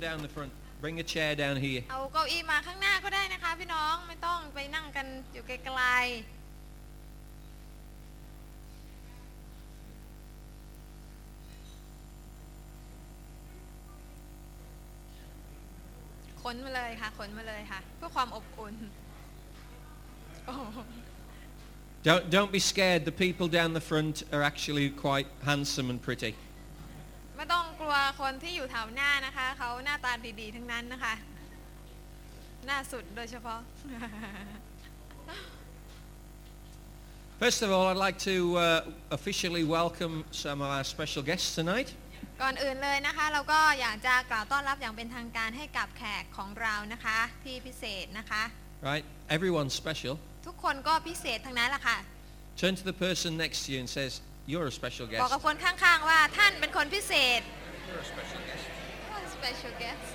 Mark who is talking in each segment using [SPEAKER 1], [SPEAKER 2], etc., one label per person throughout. [SPEAKER 1] down the front. Bring a chair down here.
[SPEAKER 2] เอาเก้าอี้มาข้างหน้าก็ได้นะคะ พี่น้องไม่ต้องไปนั่งกันอยู่ไกล ๆ ขนมาเลยค่ะ ขนมาเลยค่ะ เพื่อความอบอุ่นโอ้
[SPEAKER 1] Don't, don't be scared. The people down the front are actually quite handsome and pretty.
[SPEAKER 2] ไม่ต้องกลัวคนที่อยู่แถวหน้านะคะ เขาหน้าตาดีๆ ทั้งนั้นนะคะ หน้าสุดโดยเฉพาะ
[SPEAKER 1] First of all, I'd like to uh, officially welcome some of our special guests tonight.
[SPEAKER 2] ก่อนอื่นเลยนะคะ เราก็อยากจะกล่าวต้อนรับอย่างเป็นทางการให้กับแขกของเรานะคะ ที่พิเศษนะคะ
[SPEAKER 1] Right? Everyone's special.
[SPEAKER 2] ทุกคนก็พิเศษทั้งนั้นแหละค่ะ
[SPEAKER 1] Turn to the person next to you and says, you're a special
[SPEAKER 2] บอกกับ
[SPEAKER 1] guest.
[SPEAKER 2] คนข้างๆว่าท่านเป็นคนพิเศษ special guest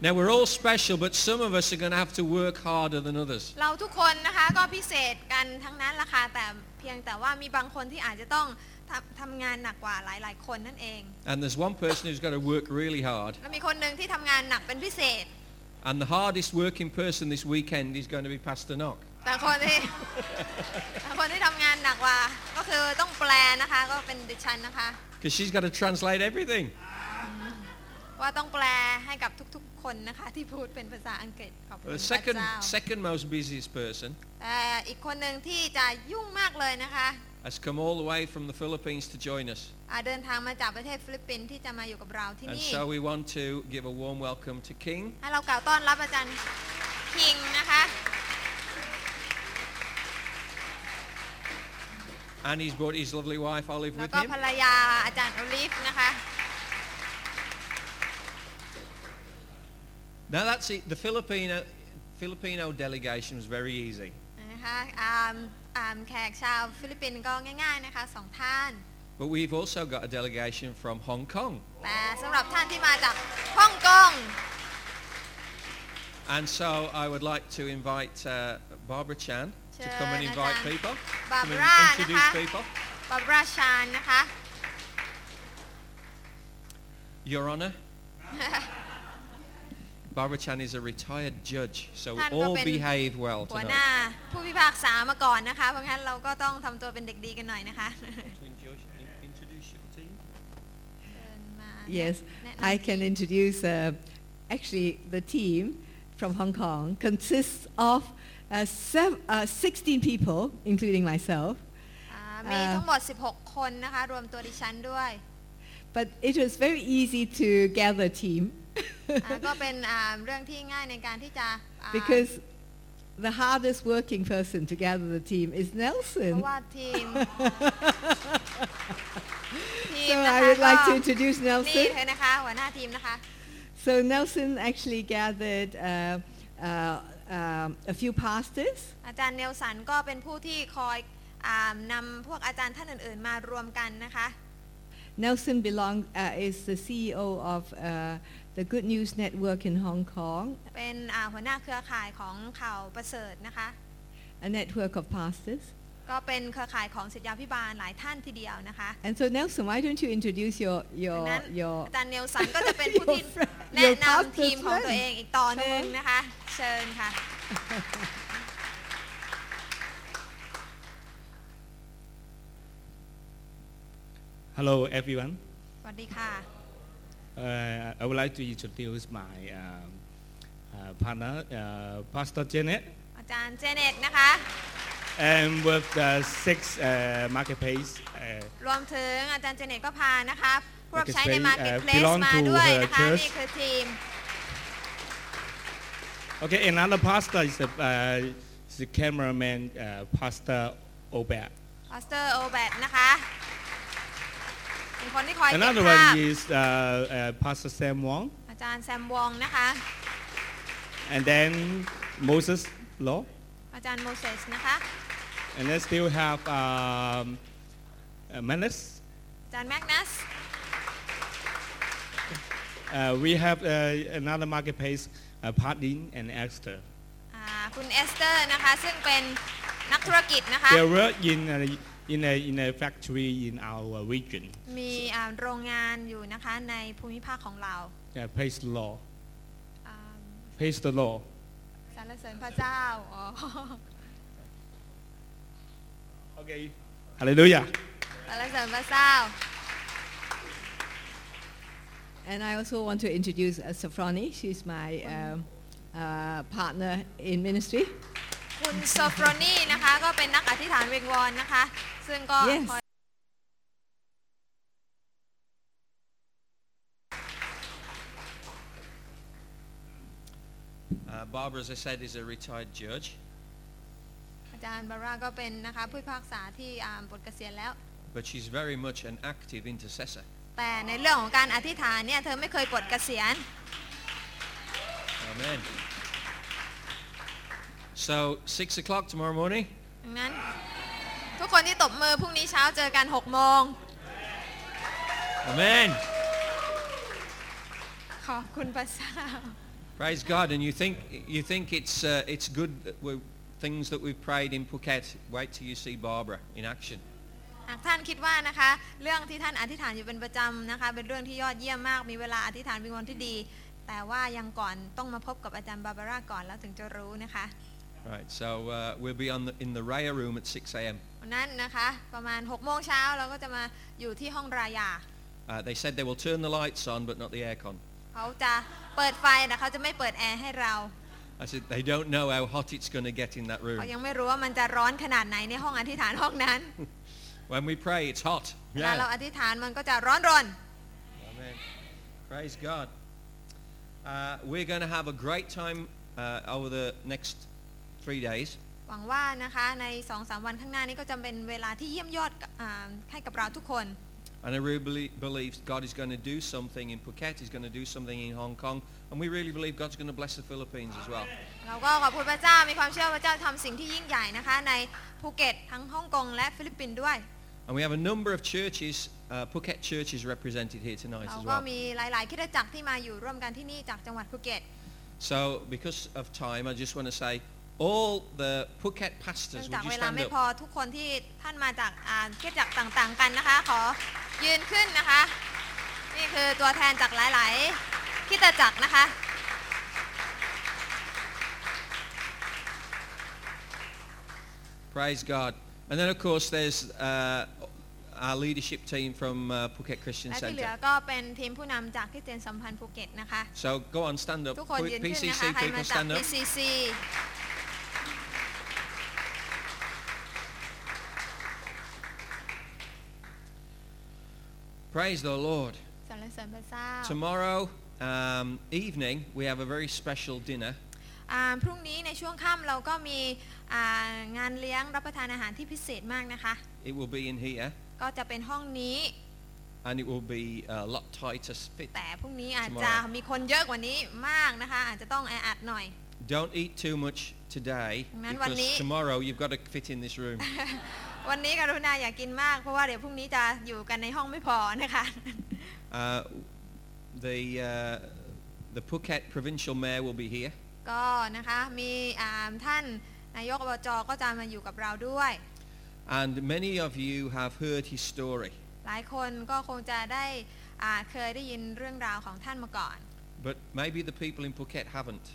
[SPEAKER 1] Now, we're all special, but some of us are going to have to work harder than others.
[SPEAKER 2] เราทุกคนนะคะก็พิเศษกันทั้งนั้นละค่ะแต่เพียงแต่ว่ามีบางคนที่อาจจะต้องทำทำงานหนักกว่าหลายๆ คนนั่นเอง
[SPEAKER 1] And there's one person who's got to work really hard.
[SPEAKER 2] แล้วมีคนหนึ่งที่ทำงานหนักเป็นพิเศษ
[SPEAKER 1] And the hardest working person this weekend is going to be Pastor Knock.
[SPEAKER 2] แต่คนที่ แต่คนที่ทำงานหนักกว่า ก็คือต้องแปลนะคะก็เป็นดิฉันนะคะ
[SPEAKER 1] Because she's got to translate everything.
[SPEAKER 2] ว่าต้องแปลให้กับทุกๆ คนนะคะ ที่พูดเป็นภาษาอังกฤษขอบคุณพ
[SPEAKER 1] The
[SPEAKER 2] ระ
[SPEAKER 1] Uh, second,
[SPEAKER 2] เจ้า
[SPEAKER 1] second most busiest person
[SPEAKER 2] แต่อีกคนหนึ่งที่จะยุ่งมากเลยนะคะ
[SPEAKER 1] has come all the way from the Philippines to join us.
[SPEAKER 2] อ่าเดินทางมาจากประเทศฟิลิปปินส์ที่จะมาอยู่กับเราที่
[SPEAKER 1] And
[SPEAKER 2] นี่
[SPEAKER 1] so we want to give a warm welcome to King.
[SPEAKER 2] ให้เรากล่าวต้อนรับอาจารย์คิงนะคะ
[SPEAKER 1] And he's brought his lovely wife Olive
[SPEAKER 2] แล้ว
[SPEAKER 1] with
[SPEAKER 2] ก็
[SPEAKER 1] him.
[SPEAKER 2] ภรรยาอาจารย์โอลิฟนะคะ
[SPEAKER 1] Now that's it. The Filipino, Filipino delegation was very easy.
[SPEAKER 2] นะคะอ่ามอ่ามแขกชาวฟิลิปปินส์ก็ง่าย ๆนะคะสองท่าน
[SPEAKER 1] But we've also got a delegation from Hong Kong.
[SPEAKER 2] แต่สำหรับท่านที่มาจากฮ่องกง
[SPEAKER 1] And so I would like to invite uh, Barbara Chan to come and
[SPEAKER 2] Chan,
[SPEAKER 1] invite
[SPEAKER 2] Chan.
[SPEAKER 1] people. Come and
[SPEAKER 2] Barbara, uh-huh.
[SPEAKER 1] introduce
[SPEAKER 2] Chan.
[SPEAKER 1] people.
[SPEAKER 2] บาบราชานนะคะ
[SPEAKER 1] Your Honour. Barbara Chan is a retired judge, so
[SPEAKER 2] Chan
[SPEAKER 1] all
[SPEAKER 2] ก็เป็น
[SPEAKER 1] behave well
[SPEAKER 2] หัวหน้า
[SPEAKER 1] tonight.
[SPEAKER 2] ผู้พิพากษามาก่อนนะคะ เพราะงั้นเราก็ต้องทำตัวเป็นเด็กดีกันหน่อยนะคะ
[SPEAKER 1] Introduce your team.
[SPEAKER 2] เดินมา
[SPEAKER 3] Yes,
[SPEAKER 2] Net-
[SPEAKER 3] I can introduce, uh, actually, the team from Hong Kong consists of uh, sev- uh, 16 people, including myself.
[SPEAKER 2] อ่ามีทั้งหมด 16 คนนะคะ รวมตัวดิฉันด้วย
[SPEAKER 3] But it was very easy to gather a team
[SPEAKER 2] อ่าก็เป็นอ่าเรื่องที่ง่ายในการที่จะอ่า
[SPEAKER 3] because the hardest working person to gather the team is
[SPEAKER 2] เพ
[SPEAKER 3] Nelson.
[SPEAKER 2] ราะว่าที ม ทีม
[SPEAKER 3] So
[SPEAKER 2] นะคะ
[SPEAKER 3] I would
[SPEAKER 2] ก็
[SPEAKER 3] like to introduce
[SPEAKER 2] นี่
[SPEAKER 3] Nelson.
[SPEAKER 2] เลยนะคะ หัวหน้าทีมนะคะ
[SPEAKER 3] So Nelson actually gathered uh, uh, um, a few pastors
[SPEAKER 2] อาจารย์เนลสันก็เป็นผู้ที่คอยอานำพวกอาจารย์ท่านอื่นๆ มารวมกันนะคะ
[SPEAKER 3] Nelson belong, uh, is the CEO of uh, the Good News Network in Hong Kong,
[SPEAKER 2] เป็นอ่าหัวหน้าเครือข่ายของข่าวประเสริฐนะคะ
[SPEAKER 3] a network of pastors.
[SPEAKER 2] ก็เป็นเครือข่ายของศิทยาพิบาลหลายท่านทีเดียวนะคะ
[SPEAKER 3] And so Nelson, why don't you introduce your
[SPEAKER 2] ดัง
[SPEAKER 3] your
[SPEAKER 2] นั้น
[SPEAKER 3] your
[SPEAKER 2] อาจารย์เนลสันก็จะเป็นผู้ที่
[SPEAKER 3] Your friend-
[SPEAKER 2] แนะ
[SPEAKER 3] your
[SPEAKER 2] นำทีม
[SPEAKER 3] pastor's
[SPEAKER 2] ของ
[SPEAKER 3] friend
[SPEAKER 2] ตัวเองอีกตอนนึงนะคะ เชิญค่ะ
[SPEAKER 4] Hello, everyone.
[SPEAKER 2] สวัสดีค่ะ
[SPEAKER 4] Uh, I would like to introduce my um, uh, partner, uh, Pastor Janet,
[SPEAKER 2] อาจารย์เจเน็ตนะคะ
[SPEAKER 4] and with the six uh, marketplace. Uh,
[SPEAKER 2] รวมถึงอาจารย์เจเน็ตก็พานะคะผู้รับใช้ใน Marketplace
[SPEAKER 4] Marketplace, belong to
[SPEAKER 2] มาด้วยนะคะ
[SPEAKER 4] her church
[SPEAKER 2] นี่คือทีม
[SPEAKER 4] okay, another pastor is the, uh, is the cameraman, uh, Pastor Obed.
[SPEAKER 2] พาสเตอร์โอแบตนะคะ เป็นคนที่คอยเก็บ
[SPEAKER 4] Another
[SPEAKER 2] ภา
[SPEAKER 4] one
[SPEAKER 2] พ
[SPEAKER 4] is uh, uh, Pastor Sam Wong,
[SPEAKER 2] อาจารย์แซมวองนะคะ
[SPEAKER 4] and then Moses Law,
[SPEAKER 2] อาจารย์โมเสสนะคะ
[SPEAKER 4] and then still have um, uh, Manus.
[SPEAKER 2] อาจารย์แมกนัส
[SPEAKER 4] Uh, we have uh, another marketplace, uh, Partin and Esther.
[SPEAKER 2] อ่าคุณเอสเตอร์นะคะ ซึ่งเป็น นักธุรกิจนะคะ
[SPEAKER 4] They work in a, in a, in a factory in our region,
[SPEAKER 2] มีอ่าโรงงานอยู่นะคะในภูมิภาคของเรา
[SPEAKER 4] uh, praise the Lord,
[SPEAKER 2] อ่า
[SPEAKER 4] praise the Lord.
[SPEAKER 2] สรรเสริญพระเจ้าอ๋อ
[SPEAKER 4] Okay, hallelujah.
[SPEAKER 2] สรรเสริญพระเจ้า
[SPEAKER 3] And I also want to introduce uh, Safrani. She's my um, uh, partner in ministry.
[SPEAKER 2] คุณโซฟรอนี่นะคะ ก็เป็นนักอธิษฐานเวงวอนนะคะ ซึ่งก็
[SPEAKER 3] Yes.
[SPEAKER 2] คอย
[SPEAKER 1] Uh, Barbara, as I said, is a retired judge,
[SPEAKER 2] อาจารย์บาร่าก็เป็นนะคะผู้พิพากษาที่อ่าบทเกษียณแล้ว
[SPEAKER 1] but she's very much an active intercessor.
[SPEAKER 2] แต่ในเรื่องของการอธิษฐานเนี่ยเธอไม่เคยปลดเกษียณ
[SPEAKER 1] Amen. So, six o'clock tomorrow morning,
[SPEAKER 2] ดังนั้น ทุกคนที่ตบมือพรุ่งนี้เช้าเจอกัน6โมง
[SPEAKER 1] Amen.
[SPEAKER 2] ขอบคุณพระเจ้า
[SPEAKER 1] Praise God. And you think you think it's uh, it's good that we things that we've prayed in Phuket. Wait till you see Barbara in action.
[SPEAKER 2] หากท่านคิดว่านะคะ เรื่องที่ท่านอธิษฐานอยู่เป็นประจำนะคะ เป็นเรื่องที่ยอดเยี่ยมมากมีเวลาอธิษฐานวิงวอนที่ดี แต่ว่ายังก่อนต้องมาพบกับอาจารย์บาบาร่าก่อนแล้วถึงจะรู้นะคะ
[SPEAKER 1] Right. So uh, we'll be on the, in the Raya room at 6 a.m.
[SPEAKER 2] วันนั้นนะคะ ประมาณ6โมงเช้าเราก็จะมาอยู่ที่ห้องรายา
[SPEAKER 1] Uh, they said they will turn the lights on, but not the aircon.
[SPEAKER 2] เขาจะเปิดไฟแต่เขาจะไม่เปิดแอร์ให้เรา
[SPEAKER 1] I said they don't know how hot it's going to get in that
[SPEAKER 2] เขา
[SPEAKER 1] room.
[SPEAKER 2] ยังไม่รู้ว่ามันจะร้อนขนาดไหนในห้องอธิษฐานห้องนั้น
[SPEAKER 1] When we pray, it's hot.
[SPEAKER 2] เวลาเราอธิษฐานมันก็จะร้อนรน
[SPEAKER 1] Amen. Praise God. Uh, we're going to have a great time uh, over the next three days.
[SPEAKER 2] หวังว่านะคะใน2อสวันข้างหน้านี้ก็จะเป็นเวลาที่เยี่ยมยอดอ่าให้กับเราทุกคน
[SPEAKER 1] And I really belie- believe God is going to do something in Phuket. He's going to do something in Hong Kong. And we really believe God's going to bless the Philippines as well.
[SPEAKER 2] เราก็ขอบคุณพระเจ้ามีความเชื่อว่าพระเจ้าทำสิ่งที่ยิ่งใหญ่นะคะ ในภูเก็ตทั้งฮ่องกงและฟิลิปปินส์ด้วย
[SPEAKER 1] And we have a number of churches, uh, Phuket churches represented here tonight
[SPEAKER 2] เรา
[SPEAKER 1] as
[SPEAKER 2] ก็
[SPEAKER 1] well.
[SPEAKER 2] มีหลาย ๆคริดจักรที่มาอยู่ร่วมกันที่นี่จากจังหวัดภูเก็ต
[SPEAKER 1] So because of time, I just want to say all the Phuket
[SPEAKER 2] เนื่อง
[SPEAKER 1] pastors,
[SPEAKER 2] จาก
[SPEAKER 1] would you
[SPEAKER 2] เวลา
[SPEAKER 1] stand
[SPEAKER 2] ไม่พ
[SPEAKER 1] up?
[SPEAKER 2] อทุกคนที่ท่านมาจากอ่าคริดจักรต่างๆ กันนะคะ ขอยืนขึ้นนะคะ นี่คือตัวแทนจากหลายๆคริดจักรนะคะ
[SPEAKER 1] Praise God. And then, of course, there's uh, our leadership team from uh, Phuket Christian
[SPEAKER 2] และที่เหลือ
[SPEAKER 1] Centre.
[SPEAKER 2] ก็เป็นทีมผู้นำจากคริสเตียนสัมพันธ์ภูเก็ตนะคะ
[SPEAKER 1] So go on, stand up.
[SPEAKER 2] ทุกคนยืนขึ้นนะคะ
[SPEAKER 1] PCC
[SPEAKER 2] ใครมา
[SPEAKER 1] people
[SPEAKER 2] จาก
[SPEAKER 1] stand up.
[SPEAKER 2] PCC
[SPEAKER 1] ๆ Praise the Lord.
[SPEAKER 2] สรรเสริญพระเจ้า
[SPEAKER 1] Oh. Tomorrow um, evening, we have a very special dinner.
[SPEAKER 2] อ่าพรุ่งนี้ในช่วงค่ำเราก็มีอ่างานเลี้ยงรับประทานอาหารที่พิเศษมากนะคะ
[SPEAKER 1] It will be in here,
[SPEAKER 2] ก็จะเป็นห้องนี้
[SPEAKER 1] and it will be uh, a lot tighter fit.
[SPEAKER 2] แต่พรุ่งนี้อาจจะมีคนเยอะกว่านี้มากนะคะ อาจจะต้องแออัดหน่อย
[SPEAKER 1] Don't eat too much today,
[SPEAKER 2] Nan wan ni.
[SPEAKER 1] because tomorrow you've got to fit in this room.
[SPEAKER 2] วันนี้กรุณาอย่ากกินมาก เพราะว่าเดี๋ยวพรุ่งนี้จะอยู่กันในห้องไม่พอนะคะ
[SPEAKER 1] Uh, the uh, the Phuket provincial mayor will be here,
[SPEAKER 2] ก็นะคะมีอ่าท่านนายกอบจก็จะมาอยู่กับเราด้วย
[SPEAKER 1] and many of you have heard his story.
[SPEAKER 2] หลายคนก็คงจะได้อ่าเคยได้ยินเรื่องราวของท่านมาก่อน
[SPEAKER 1] But maybe the people in Phuket haven't.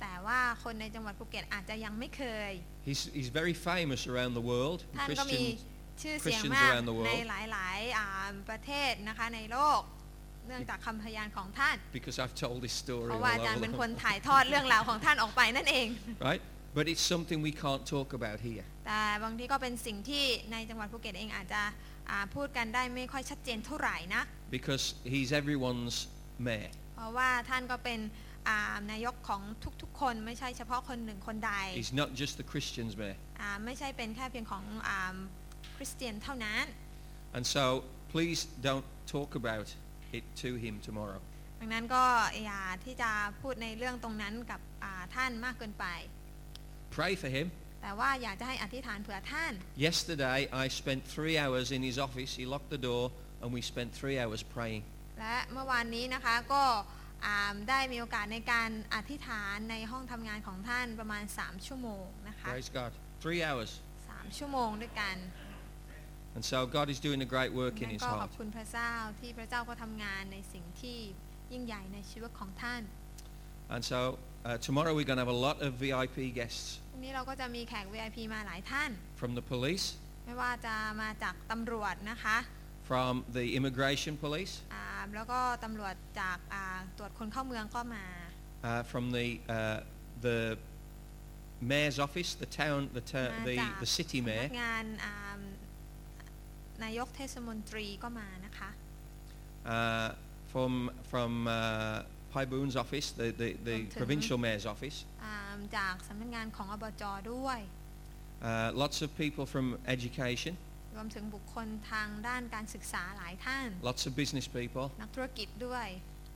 [SPEAKER 2] แต่ว่าคนในจังหวัดภูเก็ตอาจจะยังไม่เคย
[SPEAKER 1] He's, he's very famous around the world.
[SPEAKER 2] ท่านก็มี
[SPEAKER 1] Christians,
[SPEAKER 2] ชื่อเสียง
[SPEAKER 1] Christians
[SPEAKER 2] มาก
[SPEAKER 1] around the world
[SPEAKER 2] ในหลายๆอ่าประเทศนะคะในโลก เนื่องจากคำพยานของท่าน
[SPEAKER 1] because I've told his
[SPEAKER 2] เพ
[SPEAKER 1] story
[SPEAKER 2] ราะ
[SPEAKER 1] all
[SPEAKER 2] ว่าอาจารย์เป็นคน
[SPEAKER 1] over,
[SPEAKER 2] ถ่ายทอดเรื่องราวของท่านออกไปนั่นเอง
[SPEAKER 1] right? But it's something we can't talk about here.
[SPEAKER 2] แต่บางทีก็เป็นสิ่งที่ในจังหวัดภูเก็ตเองอาจจะอ่าพูดกันได้ไม่ค่อยชัดเจนเท่าไหร่นะ
[SPEAKER 1] because he's everyone's mayor.
[SPEAKER 2] เพราะว่าท่านก็เป็นอ่านายกของทุกๆ คนไม่ใช่เฉพาะคนหนึ่งคนใด
[SPEAKER 1] He's not just the Christians' mayor.
[SPEAKER 2] อ่าไม่ใช่เป็นแค่เพียงของอ่าคริสเตียนเท่านั้น
[SPEAKER 1] And so please don't talk about it to him tomorrow.
[SPEAKER 2] ดังนั้นก็อย่าที่จะพูดในเรื่องตรงนั้นกับอ่าท่านมากเกินไป
[SPEAKER 1] Pray for him.
[SPEAKER 2] แต่ว่าอยากจะให้อธิษฐานเผื่อท่าน
[SPEAKER 1] Yesterday, I spent three hours in his office. He locked the door, and we spent three hours praying.
[SPEAKER 2] และเมื่อวานนี้นะคะก็อ่าได้มีโอกาสในการอธิษฐานในห้องทำงานของท่านประมาณ 3 ชั่วโมงนะคะ
[SPEAKER 1] Praise God. Three hours.
[SPEAKER 2] 3 ชั่วโมงด้วยกัน
[SPEAKER 1] And so God is doing a great work in
[SPEAKER 2] และ
[SPEAKER 1] his
[SPEAKER 2] ก็ขอ
[SPEAKER 1] heart.
[SPEAKER 2] บคุณพระเจ้าที่พระเจ้าก็ทำงานในสิ่งที่ยิ่งใหญ่ในชีวิตของท่าน
[SPEAKER 1] And so uh, tomorrow we're going to have a lot of VIP guests
[SPEAKER 2] วันนี้เราก็จะมีแขก VIP มาหลายท่าน
[SPEAKER 1] from the police,
[SPEAKER 2] ไม่ว่าจะมาจากตำรวจนะคะ
[SPEAKER 1] from the immigration police,
[SPEAKER 2] อ่าแล้วก็ตำรวจจากอ่าตรวจคนเข้าเมืองก็มา
[SPEAKER 1] uh, from the uh, the mayor's office, the town, the ta-
[SPEAKER 2] มา
[SPEAKER 1] the,
[SPEAKER 2] จาก
[SPEAKER 1] the city
[SPEAKER 2] สำนั
[SPEAKER 1] mayor,
[SPEAKER 2] กงานอ่านายกเทศมนตรีก็มานะคะ
[SPEAKER 1] uh, from from uh, Pai Boon's office, the the, the
[SPEAKER 2] From Tun.
[SPEAKER 1] provincial mayor's office.
[SPEAKER 2] อ่าจากสำนักงานของอบจด้วย
[SPEAKER 1] Uh, lots of people from education,
[SPEAKER 2] รวมถึงบุคคลทางด้านการศึกษาหลายท่าน
[SPEAKER 1] lots of business people,
[SPEAKER 2] นักธุรกิจด้วย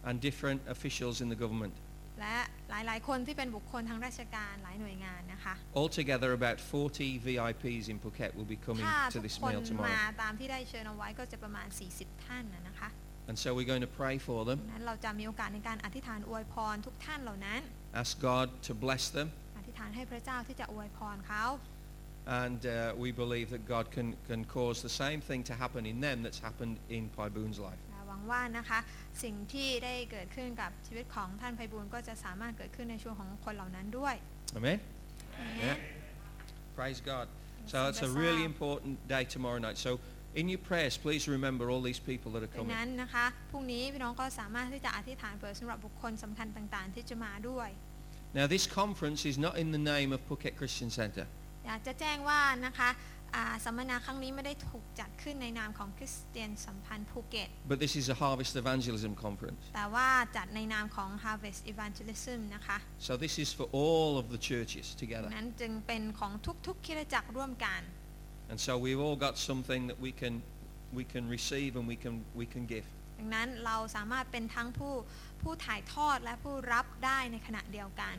[SPEAKER 1] and different officials in the government.
[SPEAKER 2] และหลายๆ คนที่เป็นบุคคลทางราชการหลายหน่วยงานนะคะ
[SPEAKER 1] Altogether, about 40 VIPs in Phuket will be coming
[SPEAKER 2] ถ้า
[SPEAKER 1] to
[SPEAKER 2] ทุก
[SPEAKER 1] this
[SPEAKER 2] คน
[SPEAKER 1] meal tomorrow.
[SPEAKER 2] มาตามที่ได้เชิญเอาไว้ก็จะประมาณ 40 ท่านนะนะคะ
[SPEAKER 1] And so we're going to pray for
[SPEAKER 2] ดั
[SPEAKER 1] them,
[SPEAKER 2] งนั้นเราจะมีโอกาสในการอธิษฐานอวยพรทุกท่านเหล่านั้น
[SPEAKER 1] ask God to bless them,
[SPEAKER 2] อธิษฐานให้พระเจ้าที่จะอวยพรเขา
[SPEAKER 1] and uh, we believe that God can, can cause the same thing to happen in them that's happened in Pai Boon's life.
[SPEAKER 2] และหวังว่านะคะสิ่งที่ได้เกิดขึ้นกับชีวิตของท่านไพบูลย์ก็จะสามารถเกิดขึ้นในช่วงของคนเหล่านั้นด้วย
[SPEAKER 1] Amen? Yeah.
[SPEAKER 2] นะ
[SPEAKER 1] Praise God. So
[SPEAKER 2] Yes,
[SPEAKER 1] that's a
[SPEAKER 2] bless
[SPEAKER 1] really
[SPEAKER 2] God.
[SPEAKER 1] important day tomorrow night. So in your prayers, please remember all these people that are
[SPEAKER 2] ดัง
[SPEAKER 1] coming.
[SPEAKER 2] นั้นนะคะพรุ่งนี้พี่น้องก็สามารถที่จะอธิษฐานเผื่อสำหรับบุคคลสำคัญต่างๆ ที่จะมาด้วย
[SPEAKER 1] Now, this conference is not in the name of Phuket Christian Centre.
[SPEAKER 2] อยากจะแจ้งว่านะคะอ่าสัมมนาครั้งนี้ไม่ได้ถูกจัดขึ้นในนามของคริสเตียนสัมพันธ์ภูเก็ต
[SPEAKER 1] But this is a Harvest Evangelism Conference.
[SPEAKER 2] แต่ว่าจัดในนามของ Harvest Evangelism นะคะ
[SPEAKER 1] So this is for all of the churches
[SPEAKER 2] ดั
[SPEAKER 1] together.
[SPEAKER 2] งนั้นจึงเป็นของทุกๆคริสตจักรร่วมกัน
[SPEAKER 1] And so we've all got something that we can, we can receive and we can, we can give.
[SPEAKER 2] ดังนั้นเราสามารถเป็นทั้งผู้ผู้ถ่ายทอดและผู้รับได้ในขณะเดียวกัน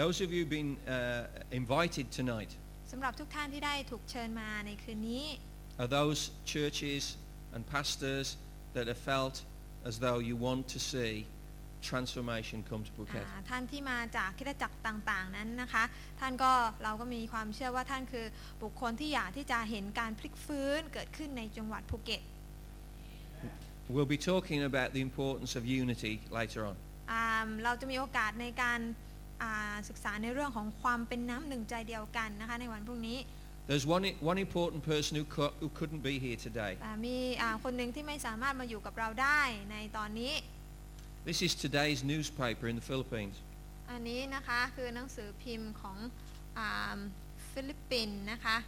[SPEAKER 1] Those of you who've been uh, invited tonight
[SPEAKER 2] สำหรับทุกท่านที่ได้ถูกเชิญมาในคืนนี้
[SPEAKER 1] are those churches and pastors that have felt as though you want to see transformation come to Phuket.
[SPEAKER 2] อ่าท่านที่มาจากคริสตจักรต่างๆนั้นนะคะ ท่านก็เราก็มีความเชื่อว่าท่านคือบุคคลที่อยากที่จะเห็นการพลิกฟื้นเกิดขึ้นในจังหวัดภูเก็ต
[SPEAKER 1] We'll be talking about the importance of unity later on.
[SPEAKER 2] อ่าเราจะมีโอกาสในการอ่าศึกษาในเรื่องของความเป็นน้ำหนึ่งใจเดียวกันนะคะในวันพรุ่งนี้
[SPEAKER 1] There's one, one important person who, cou- who couldn't be here today.
[SPEAKER 2] แต่มีอ่าคนหนึ่งที่ไม่สามารถมาอยู่กับเราได้ในตอนนี้
[SPEAKER 1] This is today's newspaper in the Philippines.
[SPEAKER 2] อันนี้นะคะคือหนังสือพิมพ์ของอาฟิลิปปินส์นะคะ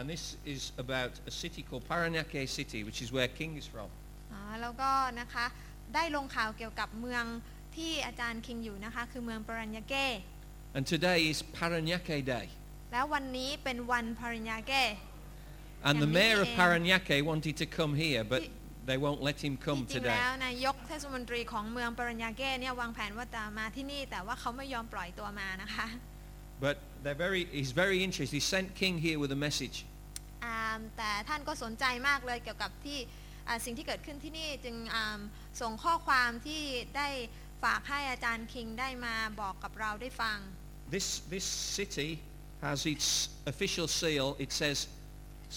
[SPEAKER 1] And this is about a city called Paranaque City, which is where King is from.
[SPEAKER 2] อ๋อแล้วก็นะคะได้ลงข่าวเกี่ยวกับเมืองที่อาจารย์คิงอยู่นะคะ คือเมืองปรัญญาเก้
[SPEAKER 1] And today is Paranaque Day.
[SPEAKER 2] แล้ววันนี้เป็นวันปรัญญาเก้
[SPEAKER 1] And the
[SPEAKER 2] Yeah,
[SPEAKER 1] mayor of
[SPEAKER 2] me too.
[SPEAKER 1] Paranaque wanted to come here, but
[SPEAKER 2] Ye-
[SPEAKER 1] they won't let him
[SPEAKER 2] จ
[SPEAKER 1] come
[SPEAKER 2] ริง
[SPEAKER 1] today.
[SPEAKER 2] แล้วนายกเทศมนตรีของเมืองปรัญญาเก้เนี่ยวางแผนว่าจะมาที่นี่ แต่ว่าเขาไม่ยอมปล่อยตัวมานะคะ
[SPEAKER 1] But they're very, he's very interested. He sent King here with a message.
[SPEAKER 2] อ่าแต่ท่านก็สนใจมากเลยเกี่ยวกับที่อ่าสิ่งที่เกิดขึ้นที่นี่จึงอ่าส่งข้อความที่ได้ฝากให้อาจารย์คิงได้มาบอกกับเราได้ฟัง
[SPEAKER 1] This, this city has its official seal. It says,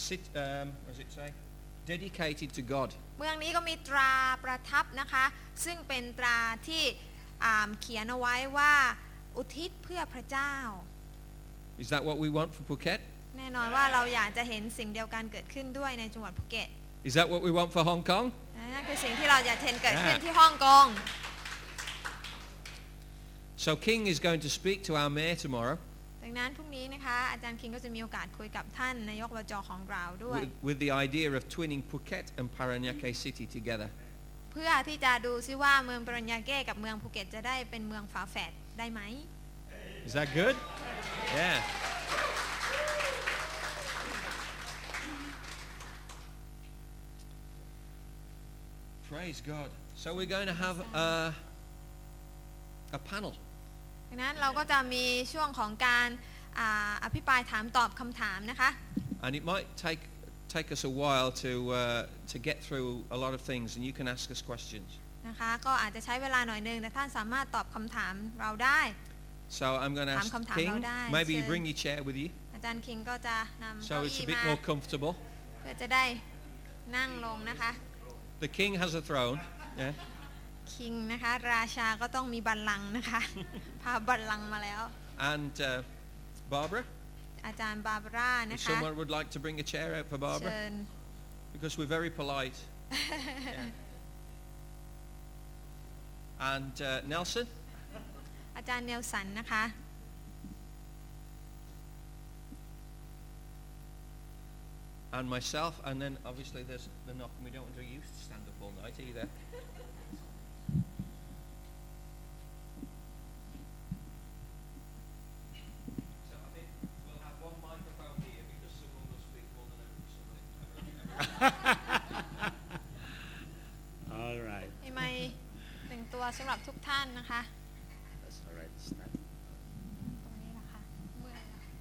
[SPEAKER 1] sit, um, what does it say? Dedicated to God.
[SPEAKER 2] เมืองนี้ก็มีตราประทับนะคะ ซึ่งเป็นตราที่อ่าเขียนเอาไว้ว่าอุทิศเพื่อพระเจ้า
[SPEAKER 1] Is that what we want for Phuket?
[SPEAKER 2] แน่นอนว่าเราอยากจะเห็นสิ่งเดียวกันเกิดขึ้นด้วยในจังหวัดภูเก็ต
[SPEAKER 1] Is that what we want for Hong Kong?
[SPEAKER 2] และนั่นคือสิ่งที่เราอยากจะเห็นเกิดขึ้น
[SPEAKER 1] อ่า
[SPEAKER 2] ที่ฮ่องกง
[SPEAKER 1] So King is going to speak to our mayor tomorrow
[SPEAKER 2] ดังนั้นพรุ่งนี้นะคะ อาจารย์คิงก็จะมีโอกาสคุยกับท่านนายกอบจของเราด้วย
[SPEAKER 1] with, with the idea of twinning Phuket and Paranaque City together.
[SPEAKER 2] เพื่อที่จะดูซิว่าเมืองปรัญญาเก้กับเมืองภูเก็ตจะได้เป็นเมืองฝาแฝดได้ไหม
[SPEAKER 1] Is that good? Yeah. Praise God. So we're going to have a, a panel.
[SPEAKER 2] ดังนั้นเราก็จะมีช่วงของการอ่าอภิปรายถามตอบคำถามนะคะ
[SPEAKER 1] And it might take, take us a while to, uh, to get through a lot of things, and you can ask us questions.
[SPEAKER 2] นะคะ ก็อาจจะใช้เวลาหน่อยนึงแต่ท่านสามารถตอบคำถามเราได้
[SPEAKER 1] So I'm going to ask
[SPEAKER 2] Tam kham tham
[SPEAKER 1] King,
[SPEAKER 2] lâu đai,
[SPEAKER 1] maybe you
[SPEAKER 2] so-
[SPEAKER 1] bring your chair with you.
[SPEAKER 2] ดั อาจารย์คิงก็จะนำ
[SPEAKER 1] so
[SPEAKER 2] เก้า
[SPEAKER 1] it's
[SPEAKER 2] อี้
[SPEAKER 1] a bit
[SPEAKER 2] มา
[SPEAKER 1] more comfortable.
[SPEAKER 2] เพื่อจะได้นั่งลงนะคะ
[SPEAKER 1] The king has a throne. Yeah.
[SPEAKER 2] คิงนะคะ ราชาก็ต้องมีบัลลังก์นะคะ พาบัลลังก์มาแล้ว
[SPEAKER 1] And uh, Barbara,
[SPEAKER 2] อาจารย์บาบาร่า
[SPEAKER 1] if
[SPEAKER 2] นะคะ
[SPEAKER 1] someone would like to bring a chair out for Barbara,
[SPEAKER 2] เชิญ
[SPEAKER 1] because we're very polite. Yeah. And uh, Nelson,
[SPEAKER 2] อาจารย์เนลสันนะคะ
[SPEAKER 1] and myself, and then obviously there's the knock. We don't want to you to stand up all night either. So I think we'll have one microphone here because someone will speak more than every- somebody- every- every-
[SPEAKER 5] All right.
[SPEAKER 2] มีไมค์หนึ่งตัวสำหรับทุกท่านนะคะ
[SPEAKER 5] That's all right. It's not-
[SPEAKER 2] ตรงนี้นะคะเมื่อยนะคะ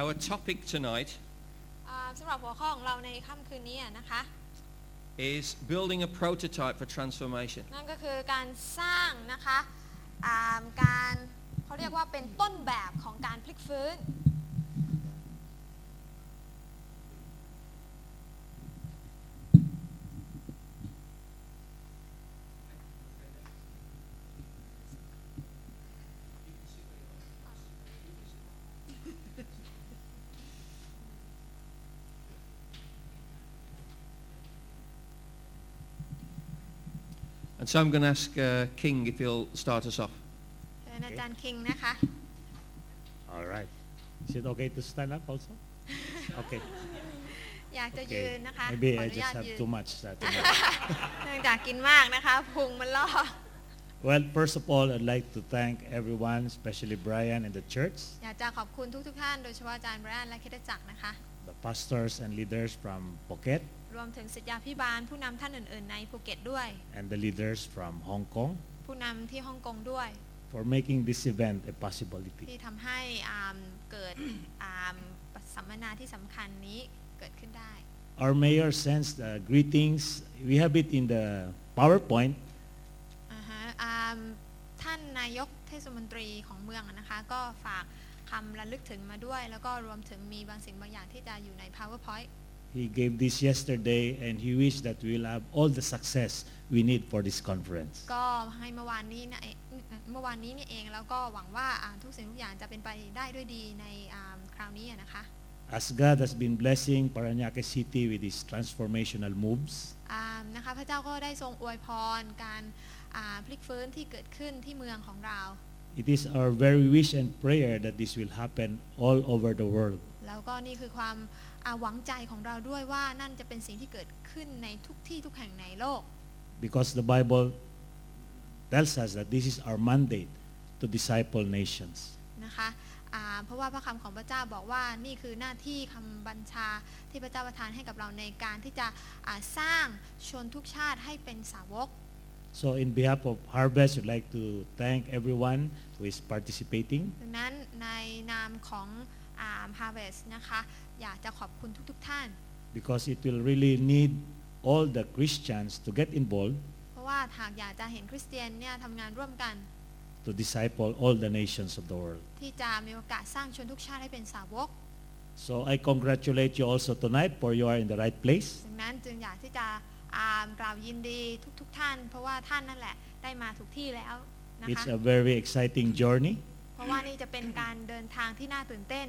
[SPEAKER 1] Our topic tonight
[SPEAKER 2] อ่าสำหรับหัวข้อของเราในค่ำคืนนี้อะนะคะ
[SPEAKER 1] is building a prototype for transformation.
[SPEAKER 2] นั่นก็คือการสร้างนะคะอ่าการเขาเรียกว่าเป็นต้นแบบของการพลิกฟื้น
[SPEAKER 1] And so I'm going to ask uh, King if he'll start us off.
[SPEAKER 2] เชิญอาจารย์คิงนะคะ
[SPEAKER 5] All right. Is it okay to stand up also? Okay.
[SPEAKER 2] อยากจะ
[SPEAKER 5] okay.
[SPEAKER 2] ยืนนะคะ
[SPEAKER 5] Maybe
[SPEAKER 2] ขอ
[SPEAKER 5] I
[SPEAKER 2] อนุ
[SPEAKER 5] just
[SPEAKER 2] ญาต
[SPEAKER 5] have
[SPEAKER 2] ยืน
[SPEAKER 5] too much. uh, too much.
[SPEAKER 2] เนื่องจากกินมากนะคะพุงมันล่อ
[SPEAKER 5] well, first of all, I'd like to thank everyone, especially Brian and the church,
[SPEAKER 2] อยากจะขอบคุณทุกๆท่าน โดยเฉพาะอาจารย์แบรนด์และคริดจักรนะคะ
[SPEAKER 5] the pastors and leaders from Phuket
[SPEAKER 2] รวมถึงศิษยาพิบาลผู้นำท่านอื่นๆในภูเก็ตด้วย
[SPEAKER 5] and the leaders from Hong Kong
[SPEAKER 2] ผู้นำที่ฮ่องกงด้วย
[SPEAKER 5] for making this event a possibility.
[SPEAKER 2] ที่ทำให้อ่าเกิดอ่าสัมมนาที่สำคัญนี้เกิดขึ้นได้
[SPEAKER 5] Our mayor sends the greetings. We have it in the PowerPoint.
[SPEAKER 2] อ่าฮะอ่าท่านนายกเทศมนตรีของเมืองอะนะคะ ก็ฝากคำระลึกถึงมาด้วย แล้วก็รวมถึงมีบางสิ่งบางอย่างที่จะอยู่ใน powerpoint
[SPEAKER 5] He gave this yesterday and he wished that we'll have all the success we need for this conference.
[SPEAKER 2] ก็ให้เมื่อวานนี้นะเอ่อเมื่อวานนี้นี่เองแล้วก็หวังว่าอ่าทุกสิ่งทุกอย่างจะเป็นไปได้ด้วยดีในอ่าคราวนี้อะนะคะ
[SPEAKER 5] As God has been blessing Paranaque City with his transformational moves,
[SPEAKER 2] อ่านะคะพระเจ้าก็ได้ทรงอวยพรการอ่าพลิกฟื้นที่เกิดขึ้นที่เมืองของเรา
[SPEAKER 5] it is our very wish and prayer that this will happen all over the world.
[SPEAKER 2] แล้วก็นี่คือความอ่าหวังใจของเราด้วยว่านั่นจะเป็นสิ่งที่เกิดขึ้นในทุกที่ทุกแห่งในโลก
[SPEAKER 5] Because the Bible tells us that this is our mandate to disciple nations.
[SPEAKER 2] นะคะอ่าเพราะว่าพระคำของพระเจ้าบอกว่านี่คือหน้าที่คำบัญชาที่พระเจ้าประทานให้กับเราในการที่จะอ่าสร้างชนทุกชาติให้เป็นสาวก
[SPEAKER 5] So in behalf of Harvest, I'd like to thank everyone who is participating.
[SPEAKER 2] ดังนั้นในนามของอ่า Harvest นะคะอยากจะขอบคุณทุกๆท่าน
[SPEAKER 5] because it will really need all the Christians to get involved
[SPEAKER 2] เพราะว่าหากอยากจะเห็นคริสเตียนเนี่ยทำงานร่วมกัน
[SPEAKER 5] to disciple all the nations of the world.
[SPEAKER 2] ที่จะมีโอกาสสร้างชนทุกชาติให้เป็นสาวก
[SPEAKER 5] So I congratulate you also tonight for you are in the right place.
[SPEAKER 2] ดังนั้นจึงอยากที่จะอ่ากล่าวยินดีทุกๆท่าน เพราะว่าท่านนั่นแหละได้มาถูกที่แล้วนะ
[SPEAKER 5] It's
[SPEAKER 2] คะ
[SPEAKER 5] a very exciting journey.
[SPEAKER 2] เพราะว่านี่จะเป็นการเดินทางที่น่าตื่นเต้น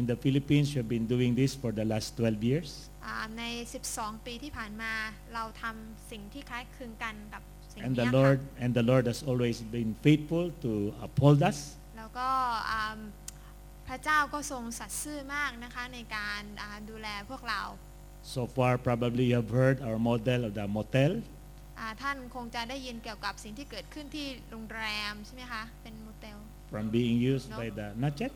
[SPEAKER 5] In the Philippines, we've been doing this for the last 12 years.
[SPEAKER 2] อ่าใน 12 ปีที่ผ่านมาเราทำสิ่งที่คล้ายคลึงกันกับสิ่ง
[SPEAKER 5] And
[SPEAKER 2] นี้
[SPEAKER 5] the
[SPEAKER 2] ค่ะ
[SPEAKER 5] Lord and the Lord has always been faithful to uphold us.
[SPEAKER 2] แล้วก็อ่าพระเจ้าก็ทรงสัตย์ซื่อมากนะคะในการอ่าดูแลพวกเรา
[SPEAKER 5] So far, probably you have heard our model of the motel.
[SPEAKER 2] อ่าท่านคงจะได้ยินเกี่ยวกับสิ่งที่เกิดขึ้นที่โรงแรมใช่ไหมคะ เป็นโมเตล
[SPEAKER 5] from being used
[SPEAKER 2] No.
[SPEAKER 5] by the not yet.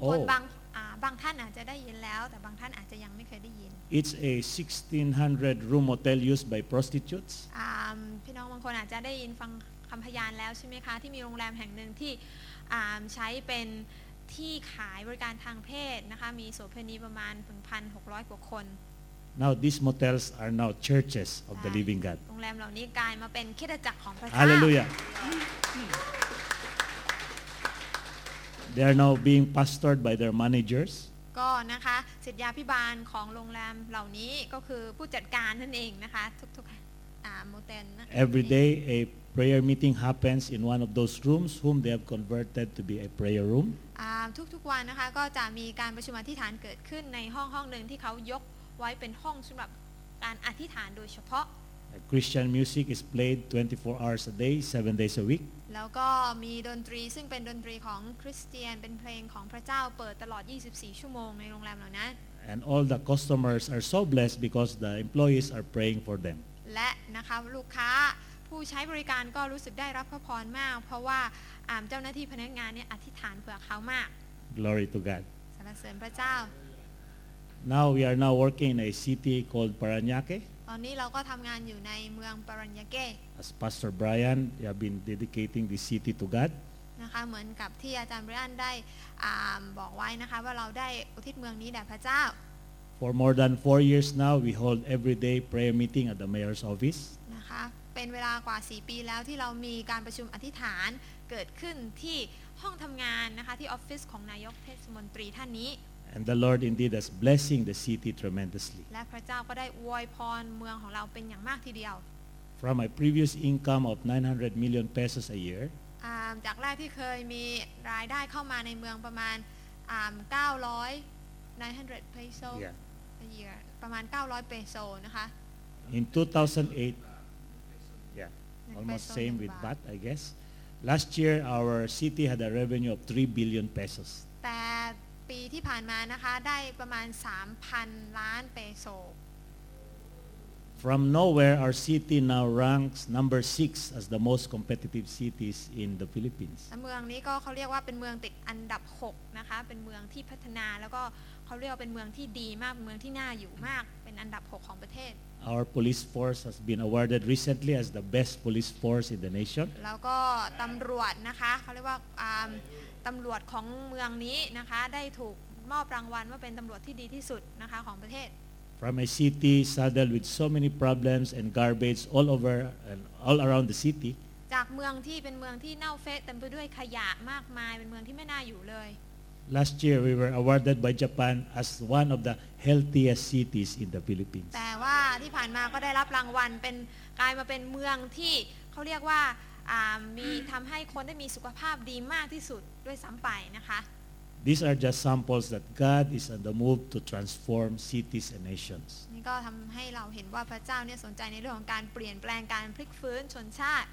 [SPEAKER 2] คน
[SPEAKER 5] Oh,
[SPEAKER 2] บางอ่าบางท่านอาจจะได้ยินแล้ว แต่บางท่านอาจจะยังไม่เคยได้ยิน
[SPEAKER 5] it's a 1600 room hotel used by prostitutes.
[SPEAKER 2] อ่าพี่น้องบางคนอาจจะได้ยินฟังคำพยานแล้วใช่ไหมคะ ที่มีโรงแรมแห่งหนึ่งที่อ่าใช้เป็นที่ขายบริการทางเพศนะคะ มีโสเภณีประมาณ 1,600 กว่าคน
[SPEAKER 5] Now these motels are now churches of
[SPEAKER 2] Ah.
[SPEAKER 5] the living God.
[SPEAKER 2] โรงแรมเหล่านี้กลายมาเป็นคริดจักรของพระเจ้า
[SPEAKER 5] Hallelujah. They are now being pastored by their managers.
[SPEAKER 2] ก็นะคะสิทธยาพิบาลของโรงแรมเหล่านี้ก็คือผู้จัดการนั่นเองนะคะ ทุกๆอ่าโมเตลนะคะ
[SPEAKER 5] Every day a prayer meeting happens in one of those rooms whom they have converted to be a prayer room.
[SPEAKER 2] อ่าทุกๆวันนะคะก็จะมีการประชุมอธิษฐานเกิดขึ้นในห้องห้องหนึ่งที่เขายกไว้เป็นห้องสำหรับการอธิษฐานโดยเฉพาะ
[SPEAKER 5] Christian music is played 24 hours a day, 7 days a week.
[SPEAKER 2] แล้วก็มีดนตรีซึ่งเป็นดนตรีของคริสเตียนเป็นเพลงของพระเจ้าเปิดตลอด 24 ชั่วโมงในโรงแรมเหล่านั้น
[SPEAKER 5] And all the customers are so blessed because the employees are praying for them.
[SPEAKER 2] และนะคะลูกค้าผู้ใช้บริการก็รู้สึกได้รับพระพรมาก เพราะว่าอ่าเจ้าหน้าที่พนักงานเนี่ยอธิษฐานเผื่อเขามาก
[SPEAKER 5] Glory to God.
[SPEAKER 2] สรรเสริญพระเจ้า
[SPEAKER 5] Now we are now working in a city called Paranaque.
[SPEAKER 2] ตอนนี้เราก็ทำงานอยู่ในเมืองปารัญญาเก้
[SPEAKER 5] As Pastor Brian, you have been dedicating the city to God.
[SPEAKER 2] นะคะเหมือนกับที่อาจารย์เบรอันได้อ่าบอกไว้นะคะว่าเราได้อุทิศเมืองนี้แด่พระเจ้า
[SPEAKER 5] For more than four years now, we hold everyday prayer meeting at the mayor's office.
[SPEAKER 2] นะคะเป็นเวลากว่า 4 ปีแล้วที่เรามีการประชุมอธิษฐานเกิดขึ้นที่ห้องทำงานนะคะที่ออฟฟิศของนายกเทศมนตรีท่านนี้
[SPEAKER 5] And the Lord indeed is blessing the city tremendously.
[SPEAKER 2] และพระเจ้าก็ได้อวยพรเมืองของเราเป็นอย่างมากทีเดียว
[SPEAKER 5] From my previous income of 900 million pesos a year,
[SPEAKER 2] อ่าจากแรกที่เคยมีรายได้เข้ามาในเมืองประมาณอ่า900 900 peso
[SPEAKER 5] Yeah.
[SPEAKER 2] a year ประมาณ 900 peso นะคะ
[SPEAKER 5] in 2008, yeah,
[SPEAKER 2] Nagpeso
[SPEAKER 5] almost same
[SPEAKER 2] ng
[SPEAKER 5] with
[SPEAKER 2] baht.
[SPEAKER 5] VAT, I guess. Last year, our city had a revenue of 3 billion pesos.
[SPEAKER 2] แต่ปีที่ผ่านมานะคะได้ประมาณ 3,000 ล้านเปโซ
[SPEAKER 5] From nowhere, our city now ranks number six as the most competitive cities in the Philippines.
[SPEAKER 2] และเมืองนี้ก็เขาเรียกว่าเป็นเมืองติดอันดับ 6 นะคะ เป็นเมืองที่พัฒนาแล้วก็เขาเรียกว่าเป็นเมืองที่ดีมากเป็นเมืองที่น่าอยู่มาก เป็นอันดับ 6 ของประเทศ
[SPEAKER 5] Our police force has been awarded recently as the best police force in the nation.
[SPEAKER 2] แล้วก็ตำรวจนะคะเขาเรียกว่าอ่าตำรวจของเมืองนี้นะคะได้ถูกมอบรางวัลว่าเป็นตำรวจที่ดีที่สุดนะคะของประเทศ
[SPEAKER 5] From a city saddled with so many problems and garbage all over and all around the city,
[SPEAKER 2] จากเมืองที่เป็นเมืองที่เน่าเฟะเต็มไปด้วยขยะมากมาย เป็นเมืองที่ไม่น่าอยู่เลย
[SPEAKER 5] last year we were awarded by Japan as one of the healthiest cities in the Philippines.
[SPEAKER 2] แต่ว่าที่ผ่านมาก็ได้รับรางวัลเป็นกลายมาเป็นเมืองที่เขาเรียกว่าอ่ามีทำให้คนได้มีสุขภาพดีมากที่สุดด้วยซ้ำไปนะคะ
[SPEAKER 5] These are just samples that God is on the move to transform cities and nations.
[SPEAKER 2] นี่ก็ทำให้เราเห็นว่าพระเจ้าเนี่ยสนใจในเรื่องของการเปลี่ยนแปลงการพลิกฟื้นชนชาติ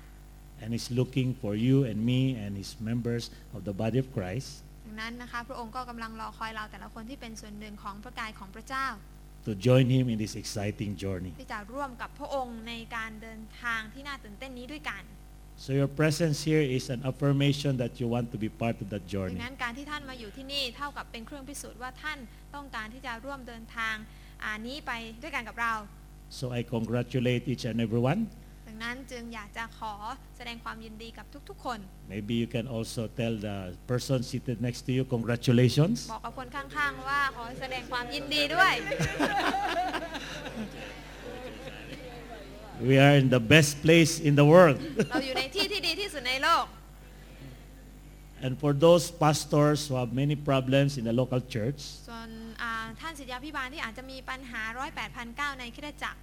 [SPEAKER 5] And He's looking for you and me and His members of the body of Christ
[SPEAKER 2] ดังนั้นนะคะ พระองค์ก็กำลังรอคอยเราแต่ละคนที่เป็นส่วนหนึ่งของพระกายของพระเจ้า
[SPEAKER 5] to join Him in this exciting journey.
[SPEAKER 2] ที่จะร่วมกับพระองค์ในการเดินทางที่น่าตื่นเต้นนี้ด้วยกัน
[SPEAKER 5] So your presence here is an affirmation that you want to be part of that
[SPEAKER 2] ดั
[SPEAKER 5] journey.
[SPEAKER 2] งนั้นการที่ท่านมาอยู่ที่นี่เท่ากับเป็นเครื่องพิสูจน์ว่าท่านต้องการที่จะร่วมเดินทางอ่านี้ไปด้วยกันกับเรา
[SPEAKER 5] So I congratulate each and everyone.
[SPEAKER 2] ดังนั้นจึงอยากจะขอแสดงความยินดีกับทุกๆ คน
[SPEAKER 5] Maybe you can also tell the person seated next to you, congratulations.
[SPEAKER 2] บอกกับคนข้างๆ ว่าขอแสดงความยินดีด้วย
[SPEAKER 5] We are in the best place in the world.
[SPEAKER 2] เราอยู่ในที่ที่ดีที่สุดในโลก
[SPEAKER 5] and for those pastors who have many problems in the local church,
[SPEAKER 2] ส่วนอ่าท่านศิษยาพิบาลที่อาจจะมีปัญหาร้อยแปดพันเก้าในคริดจักร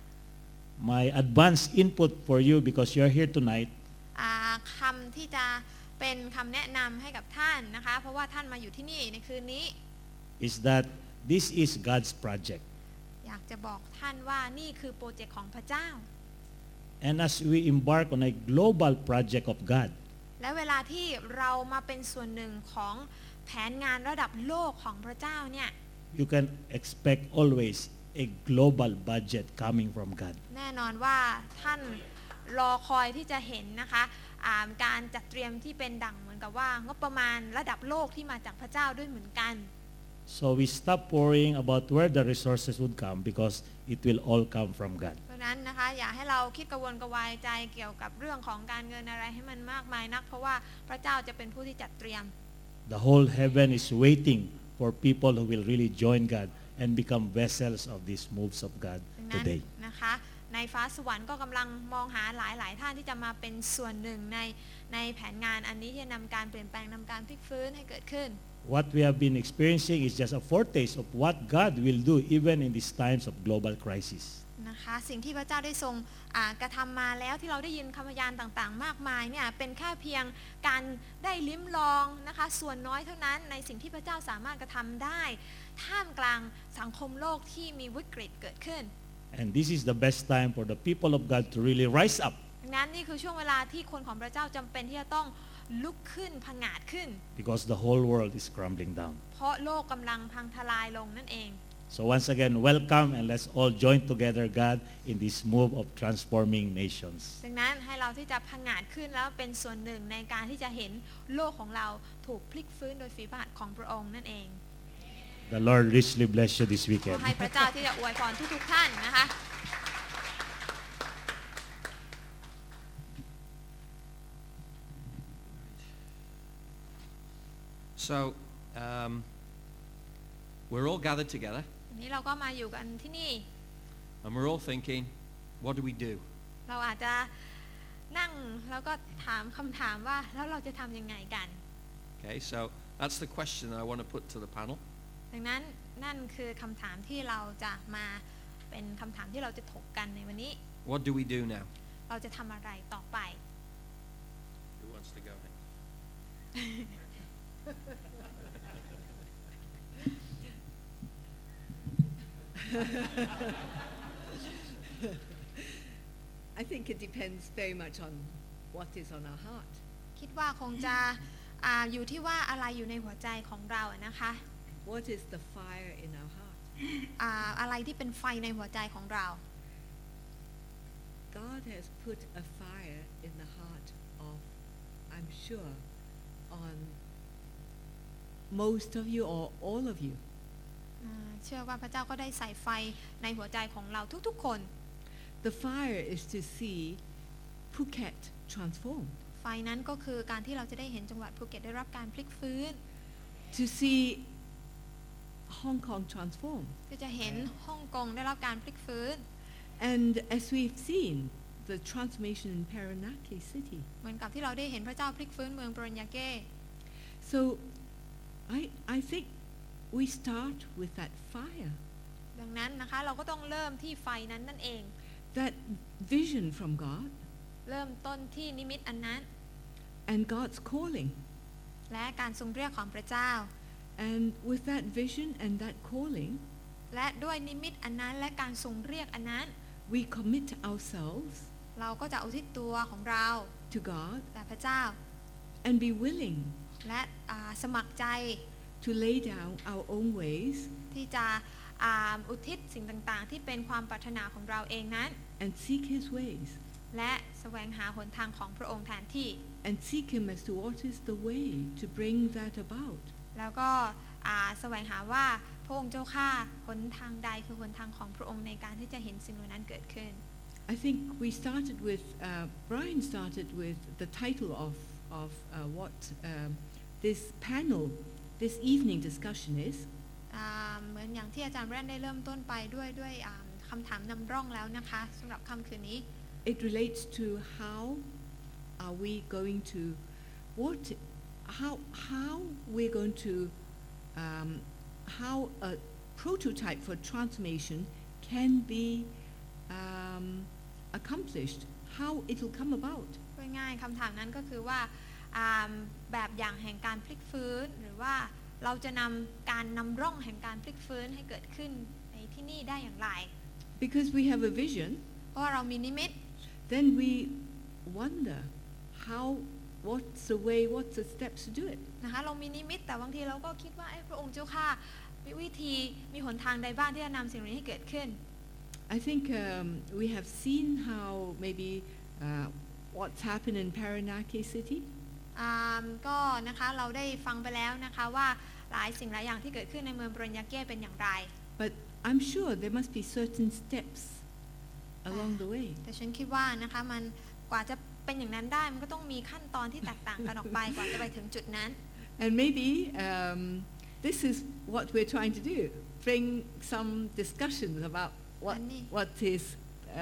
[SPEAKER 5] my advance input for you because you're here tonight
[SPEAKER 2] อ่าคำที่จะเป็นคำแนะนำให้กับท่านนะคะ เพราะว่าท่านมาอยู่ที่นี่ในคืนนี้
[SPEAKER 5] is that this is God's project.
[SPEAKER 2] อยากจะบอกท่านว่านี่คือโปรเจกต์ของพระเจ้า
[SPEAKER 5] And as we embark on a global project of God,
[SPEAKER 2] และเวลาที่เรามาเป็นส่วนหนึ่งของแผนงานระดับโลกของพระเจ้าเนี่ย
[SPEAKER 5] you can expect always a global budget coming from God.
[SPEAKER 2] แน่นอนว่าท่านรอคอยที่จะเห็นนะคะอ่าการจัดเตรียมที่เป็นดั่งเหมือนกับว่างบประมาณระดับโลกที่มาจากพระเจ้าด้วยเหมือนกัน
[SPEAKER 5] So we stop worrying about where the resources would come because it will all come from God.
[SPEAKER 2] เพราะฉะนั้นนะคะอย่าให้เราคิดกระวนกระวายใจเกี่ยวกับเรื่องของการเงินอะไรให้มันมากมายนัก เพราะว่าพระเจ้าจะเป็นผู้ที่จัดเตรียม
[SPEAKER 5] The whole heaven is waiting for people who will really join God and become vessels of these moves of
[SPEAKER 2] ด
[SPEAKER 5] God
[SPEAKER 2] ังนั้น
[SPEAKER 5] today.
[SPEAKER 2] นะคะ ในฟ้าสวรรค์ก็กำลังมองหาหลาย ๆ ท่านที่จะมาเป็นส่วนหนึ่งในในแผนงานอันนี้ที่จะนำการเปลี่ยนแปลงนำการพลิกฟื้นให้เกิดขึ้น
[SPEAKER 5] What we have been experiencing is just a foretaste of what God will do even in these times of global crisis.
[SPEAKER 2] นะคะสิ่งที่พระเจ้าได้ทรงอ่ากระทำมาแล้วที่เราได้ยินคำพยานต่างๆ มากมายเนี่ยเป็นแค่เพียงการได้ลิ้มลองนะคะส่วนน้อยเท่านั้นในสิ่งที่พระเจ้าสามารถกระทำได้ ท่ามกลางสังคมโลกที่มีวิกฤตเกิดขึ้น
[SPEAKER 5] And this is the best time for the people of God to really rise up
[SPEAKER 2] ดังนั้นนี่คือช่วงเวลาที่คนของพระเจ้าจำเป็นที่จะต้องลุกขึ้นผงาดขึ้น
[SPEAKER 5] because the whole world is crumbling down.
[SPEAKER 2] เพราะโลกกำลังพังทลายลงนั่นเอง
[SPEAKER 5] So once again, welcome and let's all join together God in this move of transforming nations.
[SPEAKER 2] ดังนั้นให้เราที่จะผงาดขึ้นแล้วเป็นส่วนหนึ่งในการที่จะเห็นโลกของเราถูกพลิกฟื้นโดยฝีพระหัตถ์ของพระองค์นั่นเอง
[SPEAKER 5] The Lord richly bless you this
[SPEAKER 2] ขอ
[SPEAKER 5] weekend.
[SPEAKER 2] ให้พระเจ้าที่จะอวยพรทุกๆท่านนะคะ
[SPEAKER 1] So um, we're all gathered together
[SPEAKER 2] วันนี้เราก็มาอยู่กันที่นี่
[SPEAKER 1] and we're all thinking, what do we do?
[SPEAKER 2] เราอาจจะนั่งแล้วก็ถามคำถามว่าแล้วเราจะทำยังไงกัน
[SPEAKER 1] Okay, so that's the question I want to put to the panel.
[SPEAKER 2] ดังนั้นนั่นคือคำถามที่เราจะมาเป็นคำถามที่เราจะถกกันในวันนี้
[SPEAKER 1] What do we do now?
[SPEAKER 2] เราจะทำอะไรต่อไป
[SPEAKER 1] Who wants to go next?
[SPEAKER 3] I think it depends very much on what is on our heart.
[SPEAKER 2] คิดว่าคงจะอาอยู่ที่ว่าอะไรอยู่ในหัวใจของเราอะนะคะ
[SPEAKER 3] What is the fire in our heart?
[SPEAKER 2] อาอะไรที่เป็นไฟในหัวใจของเรา
[SPEAKER 3] God has put a fire in the heart of, I'm sure, on most of you or all of you.
[SPEAKER 2] อ่าเชื่อว่าพระเจ้าก็ได้ใส่ไฟในหัวใจของเราทุกๆคน
[SPEAKER 3] The fire is to see Phuket transformed,
[SPEAKER 2] ไฟนั้นก็คือการที่เราจะได้เห็นจังหวัดภูเก็ตได้รับการพลิกฟื้น
[SPEAKER 3] to see Hong Kong transformed.
[SPEAKER 2] ก็จะเห็นฮ่องกงได้รับการพลิกฟื้น
[SPEAKER 3] And as we've seen, the transformation in Taranaki city.
[SPEAKER 2] เหมือนกับที่เราได้เห็นพระเจ้าพลิกฟื้นเมืองปรัญญาเก้
[SPEAKER 3] So I, I think we start with that fire,
[SPEAKER 2] ดังนั้นนะคะเราก็ต้องเริ่มที่ไฟนั้นนั่นเอง
[SPEAKER 3] that vision from God
[SPEAKER 2] เริ่มต้นที่นิมิตอันนั้น
[SPEAKER 3] and God's calling.
[SPEAKER 2] และการทรงเรียกของพระเจ้า
[SPEAKER 3] And with that vision and that calling,
[SPEAKER 2] และด้วยนิมิตอันนั้นและการทรงเรียกอันนั้น
[SPEAKER 3] we commit ourselves
[SPEAKER 2] เราก็จะอุทิศตัวของเรา
[SPEAKER 3] to God
[SPEAKER 2] แต่พระเจ้า
[SPEAKER 3] and be willing
[SPEAKER 2] และอ่าสมัครใจ
[SPEAKER 3] to lay down our own ways
[SPEAKER 2] ที่จะอ่าอุทิศสิ่งต่างๆ ที่เป็นความปรารถนาของเราเองนั้น
[SPEAKER 3] and seek His ways
[SPEAKER 2] และแสวงหาหนทางของพระองค์แทนที่
[SPEAKER 3] and seek Him as to what is the way to bring that about.
[SPEAKER 2] แล้วก็อ่าแสวงหาว่าพระองค์เจ้าข้าหนทางใดคือหนทางของพระองค์ในการที่จะเห็นสิ่งเหล่านั้นเกิดขึ้น
[SPEAKER 3] I think we started with, uh, Brian started with the title of, of uh, what um, this panel, this evening discussion is.
[SPEAKER 2] อ่าเหมือนอย่างที่อาจารย์แรนได้เริ่มต้นไปด้วยด้วยอ่าคำถามนำร่องแล้วนะคะสำหรับค่ำคืนนี้
[SPEAKER 3] It relates to how are we going to, what, how, how we're going to, um, how a prototype for transformation can be um, accomplished, how it will come about.
[SPEAKER 2] พูดง่ายๆคำถามนั้นก็คือว่าอ่าแบบอย่างแห่งการพลิกฟื้น หรือว่าเราจะนำการนำร่องแห่งการพลิกฟื้นให้เกิดขึ้นในที่นี่ได้อย่างไร
[SPEAKER 3] Because we have a vision,
[SPEAKER 2] เพราะว่าเรามีนิมิต
[SPEAKER 3] then we wonder how, what's the way, what's the steps to do it.
[SPEAKER 2] นะคะเรามีนิมิต แต่บางทีเราก็คิดว่าเอ้ยพระองค์เจ้าค่ะมีวิธีมีหนทางใดบ้างที่จะนำสิ่งเหล่านี้ให้เกิดขึ้น
[SPEAKER 3] I think um, we have seen how maybe uh, what's happened in Paranaki city,
[SPEAKER 2] อ่าก็นะคะเราได้ฟังไปแล้วนะคะว่าหลายสิ่งหลายอย่างที่เกิดขึ้นในเมืองบรญญาเก้เป็นอย่างไร
[SPEAKER 3] but I'm sure there must be certain steps along the way.
[SPEAKER 2] แต่ฉันคิดว่านะคะมันกว่าจะเป็นอย่างนั้นได้มันก็ต้องมีขั้นตอนที่แตกต่างกันออกไปกว่าจะไปถึงจุดนั้น
[SPEAKER 3] And maybe um, this is what we're trying to do. bring some discussions about what,
[SPEAKER 2] Ani.
[SPEAKER 3] what is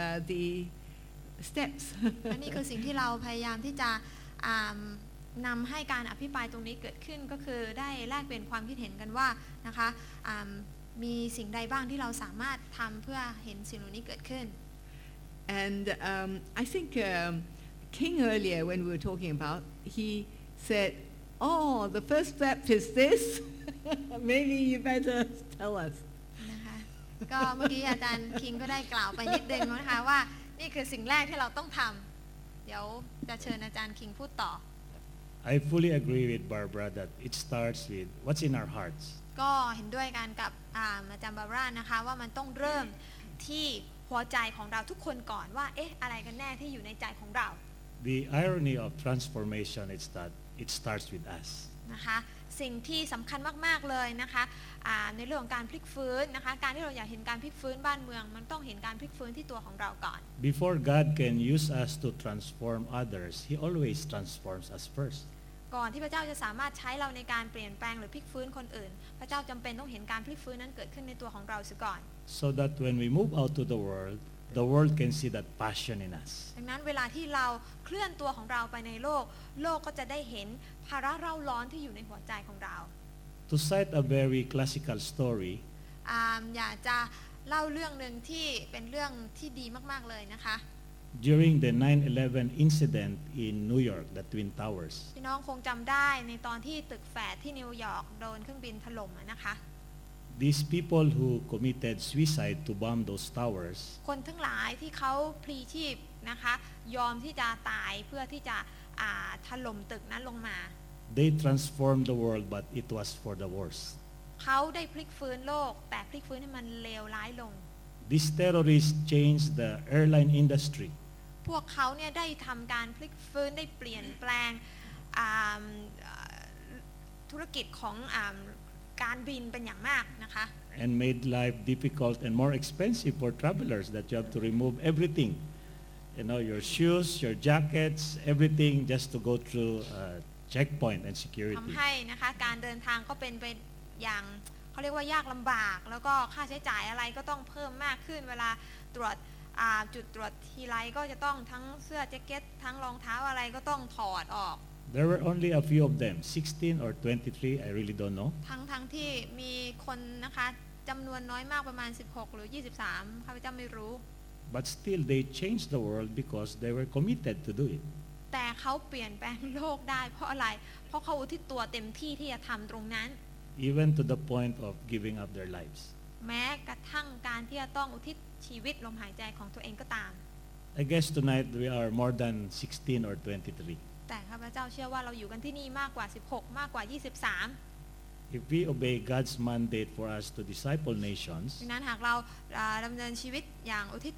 [SPEAKER 3] uh, the steps.
[SPEAKER 2] และนี่คือสิ่งที่เราพยายามที่จะอ่านำให้การอภิปรายตรงนี้เกิดขึ้นก็คือได้แลกเปลี่ยนความคิดเห็นกันว่านะคะอ่ามีสิ่งใดบ้างที่เราสามารถทำเพื่อเห็นสิ่งเหล่านี้เกิดขึ้น
[SPEAKER 3] And um, I think um, King earlier, when we were talking about, he said, "Oh, the first step is this. Maybe you better tell us."
[SPEAKER 2] นะคะ ก็เมื่อกี้อาจารย์คิงก็ได้กล่าวไปนิดนึงนะคะว่านี่คือสิ่งแรกที่เราต้องทำเดี๋ยวจะเชิญอาจารย์คิงพูดต่อ
[SPEAKER 5] I fully agree with Barbara that it starts with what's in our hearts.
[SPEAKER 2] ก็เห็นด้วยกันกับอ่าอาจารย์บาร่านะคะว่ามันต้องเริ่มที่หัวใจของเราทุกคนก่อนว่าเอ๊ะอะไรกันแน่ที่อยู่ในใจของเรา
[SPEAKER 5] The irony of transformation is that it starts with us.
[SPEAKER 2] นะคะสิ่งที่สำคัญมากๆเลยนะคะอ่าในเรื่องของการพลิกฟื้นนะคะการที่เราอยากเห็นการพลิกฟื้นบ้านเมือง มันต้องเห็นการพลิกฟื้นที่ตัวของเราก่อน
[SPEAKER 5] Before God can use us to transform others, He always transforms us first.
[SPEAKER 2] ก่อนที่พระเจ้าจะสามารถใช้เราในการเปลี่ยนแปลงหรือพลิกฟื้นคนอื่น พระเจ้าจำเป็นต้องเห็นการพลิกฟื้นนั้นเกิดขึ้นในตัวของเราเสียก่อน
[SPEAKER 5] So that when we move out to the world, the world can see that passion in us.
[SPEAKER 2] ดังนั้นเวลาที่เราเคลื่อนตัวของเราไปในโลก โลกก็จะได้เห็นภาระเร่าร้อนที่อยู่ในหัวใจของเรา
[SPEAKER 5] To cite a very classical story,
[SPEAKER 2] อ่าอยากจะเล่าเรื่องหนึ่งที่เป็นเรื่องที่ดีมากๆเลยนะคะ
[SPEAKER 5] during the 9/11 incident in New York, the Twin Towers,
[SPEAKER 2] พี่น้องคงจำได้ในตอนที่ตึกแฝดที่นิวยอร์กโดนเครื่องบินถล่มอะนะคะ
[SPEAKER 5] these people who committed suicide to bomb those towers
[SPEAKER 2] คนทั้งหลายที่เขาพลีชีพนะคะ ยอมที่จะตายเพื่อที่จะอ่าถล่มตึกนั้นลงมา
[SPEAKER 5] They transformed the world, but it was for the worse.
[SPEAKER 2] เขาได้พลิกฟื้นโลก แต่พลิกฟื้นให้มันเลวร้ายลง
[SPEAKER 5] These terrorists changed the airline industry.
[SPEAKER 2] พวกเขาเนี่ยได้ทำการพลิกฟื้นได้เปลี่ยนแปลงอ่าเอ่อธุรกิจของอาการบินเป็นอย่างมากนะคะ
[SPEAKER 5] and made life difficult and more expensive for travelers that you have to remove everything you know your shoes your jackets everything just to go through uh, checkpoint and
[SPEAKER 2] ทำ
[SPEAKER 5] security
[SPEAKER 2] ให้นะคะการเดินทางก็เป็นไปอย่างเขาเรียกว่ายากลำบาก แล้วก็ค่าใช้จ่ายอะไรก็ต้องเพิ่มมากขึ้น เวลาตรวจอ่าจุดตรวจทีไรก็จะต้องทั้งเสื้อแจ็คเก็ตทั้งรองเท้าอะไรก็ต้องถอดออก
[SPEAKER 5] there were only a few of them 16 or 23 i really don't know
[SPEAKER 2] ทั้งทั้งที่มีคนนะคะจำนวนน้อยมากประมาณ 16 หรือ 23ข้าพเจ้าไม่รู้
[SPEAKER 5] but still they changed the world because they were committed to do it
[SPEAKER 2] แต่เขาเปลี่ยนแปลงโลกได้เพราะอะไร เพราะเขาอุทิศตัวเต็มที่ที่จะทำตรงนั้น
[SPEAKER 5] even to the point of giving up their lives
[SPEAKER 2] แม้กระทั่งการที่จะต้องอุทิศชีวิตลมหายใจของตัวเองก็ตาม
[SPEAKER 5] i guess tonight we are more than 16 or 23
[SPEAKER 2] แต่ข้าพเจ้าเชื่อว่าเราอยู่กันที่นี่มากกว่า 16 มากกว่า 23
[SPEAKER 5] if we obey god's mandate for us to disciple nations
[SPEAKER 2] ดังนั้นหากเราเอ่อดำเนินชีวิตอย่างอุทิศ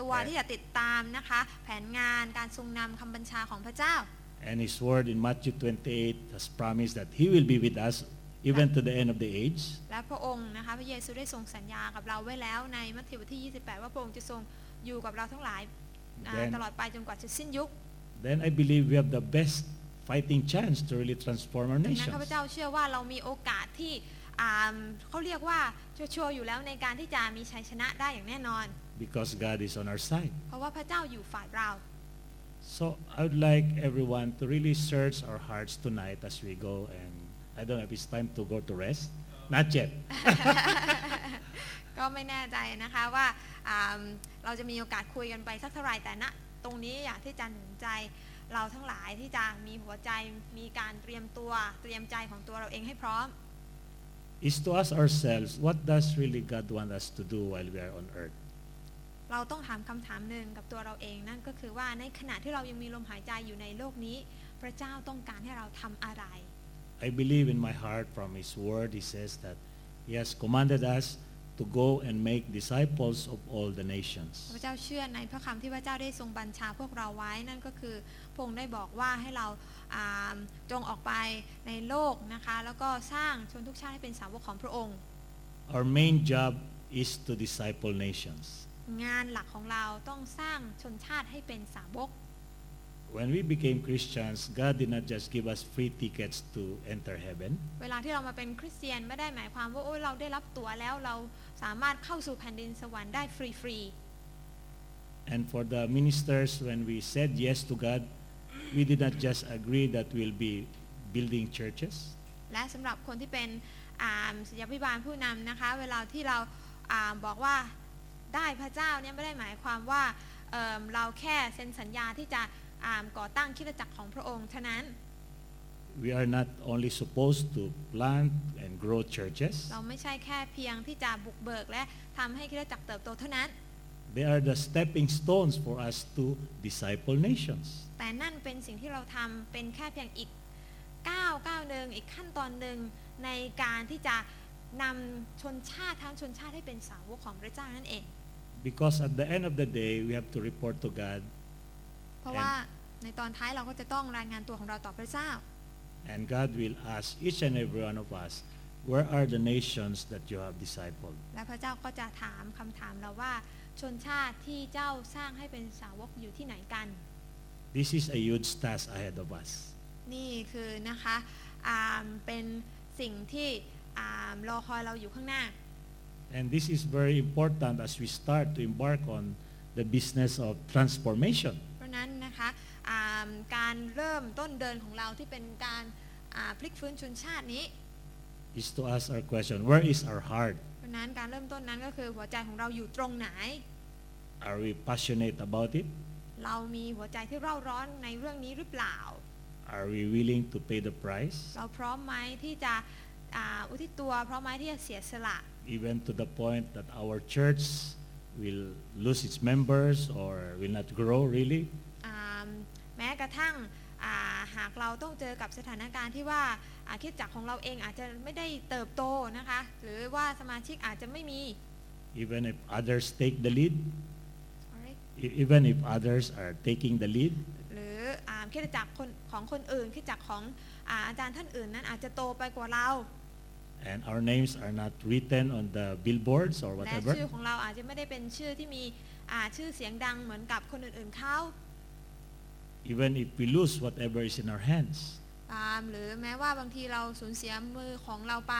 [SPEAKER 2] ตัว
[SPEAKER 5] ครับ
[SPEAKER 2] ที่จะติดตามนะคะ แผนงานการทรงนำคำบัญชาของพระเจ้า
[SPEAKER 5] And his word in Matthew 28 has promised that he will be with us even to the end of the age.
[SPEAKER 2] และพระองค์นะคะพระเยซูได้ทรงสัญญากับเราไว้แล้วในมัทธิวบทที่ 28 ว่าพระองค์จะทรงอยู่กับเราทั้งหลายอ่า
[SPEAKER 5] Then-
[SPEAKER 2] ตลอดไปจนกว่าจะสิ้นยุค
[SPEAKER 5] Then I believe we have the best fighting chance to really transform our
[SPEAKER 2] ดังนั้นข้าพ
[SPEAKER 5] nations.
[SPEAKER 2] เจ้าเชื่อว่าเรามีโอกาสที่อ่าเขาเรียกว่าชัวร์ๆอยู่แล้วในการที่จะมีชัยชนะได้อย่างแน่นอน
[SPEAKER 5] Because God is on our side.
[SPEAKER 2] เพราะว่าพระเจ้าอยู่ฝ่ายเรา
[SPEAKER 5] So I would like everyone to really search our hearts tonight as we go. And I don't know if it's time to go to rest. Not yet.
[SPEAKER 2] ก็ไม่แน่ใจนะคะว่าอ่าเราจะมีโอกาสคุยกันไปสักเท่าไหร่แต่ณตรงนี้อยากที่จะหนุนใจเราทั้งหลายที่จะมีหัวใจมีการเตรียมตัวเตรียมใจของตัวเราเองให้พร้อม
[SPEAKER 5] It's to ask ourselves, what does really God want us to do while we are on earth?
[SPEAKER 2] เราต้องถามคำถามหนึ่งกับตัวเราเอง นั่นก็คือว่าในขณะที่เรายังมีลมหายใจอยู่ในโลกนี้ พระเจ้าต้องการให้เราทำอะไร
[SPEAKER 5] I believe in my heart from his word, he says that he has commanded us to go and make disciples of all the
[SPEAKER 2] พ
[SPEAKER 5] nations.
[SPEAKER 2] ระเจ้าเชื่อในพระคำที่พระเจ้าได้ทรงบัญชาพวกเราไว้นั่นก็คือพระองค์ได้บอกว่าให้เราอ่าจงออกไปในโลกนะคะ แล้วก็สร้างชนทุกชาติให้เป็นสาวกของพระองค์
[SPEAKER 5] Our main job is to disciple nations.
[SPEAKER 2] งานหลักของเราต้องสร้างชนชาติให้เป็นสาวก
[SPEAKER 5] when we became Christians, God did not just give us free tickets to enter heaven.
[SPEAKER 2] เวลาที่เรามาเป็นคริสเตียนไม่ได้หมายความว่าโอ้ยเราได้รับตั๋วแล้วเราสามารถเข้าสู่แผ่นดินสวรรค์ได้ฟรี
[SPEAKER 5] And for the ministers, when we said yes to God, we did not just agree that we'll be building churches.
[SPEAKER 2] ๆ และสำหรับคนที่เป็นอ่าศิลปิบาลผู้นำนะคะ เวลาที่เราอ่าบอกว่าได้พระเจ้าเนี่ยไม่ได้หมายความว่าเอิ่มเราแค่เซ็นสัญญาที่จะอ่าก่อตั้งคริดจักรของพระองค์ฉะนั้น
[SPEAKER 5] We are not only supposed to plant and grow churches.
[SPEAKER 2] เราไม่ใช่แค่เพียงที่จะบุกเบิกและทำให้คริดจักรเติบโตเท่านั้น
[SPEAKER 5] They are the stepping stones for us to disciple nations.
[SPEAKER 2] แต่นั่นเป็นสิ่งที่เราทำเป็นแค่เพียงอีกก้าวก้าวหนึ่งอีกขั้นตอนหนึ่งในการที่จะนำชนชาติทั้งชนชาติให้เป็นสาวกของพระเจ้านั่นเอง
[SPEAKER 5] Because at the end of the day, we have to report to God
[SPEAKER 2] เพราะว่าในตอนท้ายเราก็จะต้องรายงานตัวของเราต่อพระเจ้า
[SPEAKER 5] And God will ask each and every one of us, where are the nations that you have discipled?
[SPEAKER 2] และพระเจ้าก็จะถามคำถามเราว่าชนชาติที่เจ้าสร้างให้เป็นสาวกอยู่ที่ไหนกัน
[SPEAKER 5] This is a huge task ahead of us.
[SPEAKER 2] นี่คือนะคะอ่าเป็นสิ่งที่อ่ารอคอยเราอยู่ข้างหน้า
[SPEAKER 5] And this is very important as we start to embark on the business of transformation.
[SPEAKER 2] เพราะฉะนั้นนะคะอ่าการเริ่มต้นเดินของเราที่เป็นการอ่าพลิกฟื้นชนชาตินี้
[SPEAKER 5] Is to ask our question, where is our heart?
[SPEAKER 2] เพราะฉะนั้นการเริ่มต้นนั้นก็คือหัวใจของเราอยู่ตรงไหน
[SPEAKER 5] Are we passionate about it?
[SPEAKER 2] เรามีหัวใจที่เร่าร้อนในเรื่องนี้หรือเปล่า
[SPEAKER 5] Are we willing to pay the price?
[SPEAKER 2] เราพร้อมไหมที่จะอ่าอุทิศตัวพร้อมไหมที่จะเสียสละ
[SPEAKER 5] Even to the point that our church will lose its members or will not grow really?
[SPEAKER 2] อ่าแม้กระทั่งอ่าหากเราต้องเจอกับสถานการณ์ที่ว่าอ่าคริดจักรของเราเองอาจจะไม่ได้เติบโตนะคะ หรือว่าสมาชิกอาจจะไม่มี
[SPEAKER 5] Even if others take the lead?
[SPEAKER 2] Alright.
[SPEAKER 5] E- Even if others are taking the lead?
[SPEAKER 2] หรืออ่าคริดจักรคนของคนอื่นคริดจักรของอาอาจารย์ท่านอื่นนั้นอาจจะโตไปกว่าเรา
[SPEAKER 5] and our names are not written on the billboards or
[SPEAKER 2] และ
[SPEAKER 5] whatever,
[SPEAKER 2] ชื่อของเราอาจจะไม่ได้เป็นชื่อที่มีอ่าชื่อเสียงดังเหมือนกับคนอื่นๆเขา
[SPEAKER 5] even if we lose whatever is in our hands,
[SPEAKER 2] ตามหรือแม้ว่าบางทีเราสูญเสียมือของเราไป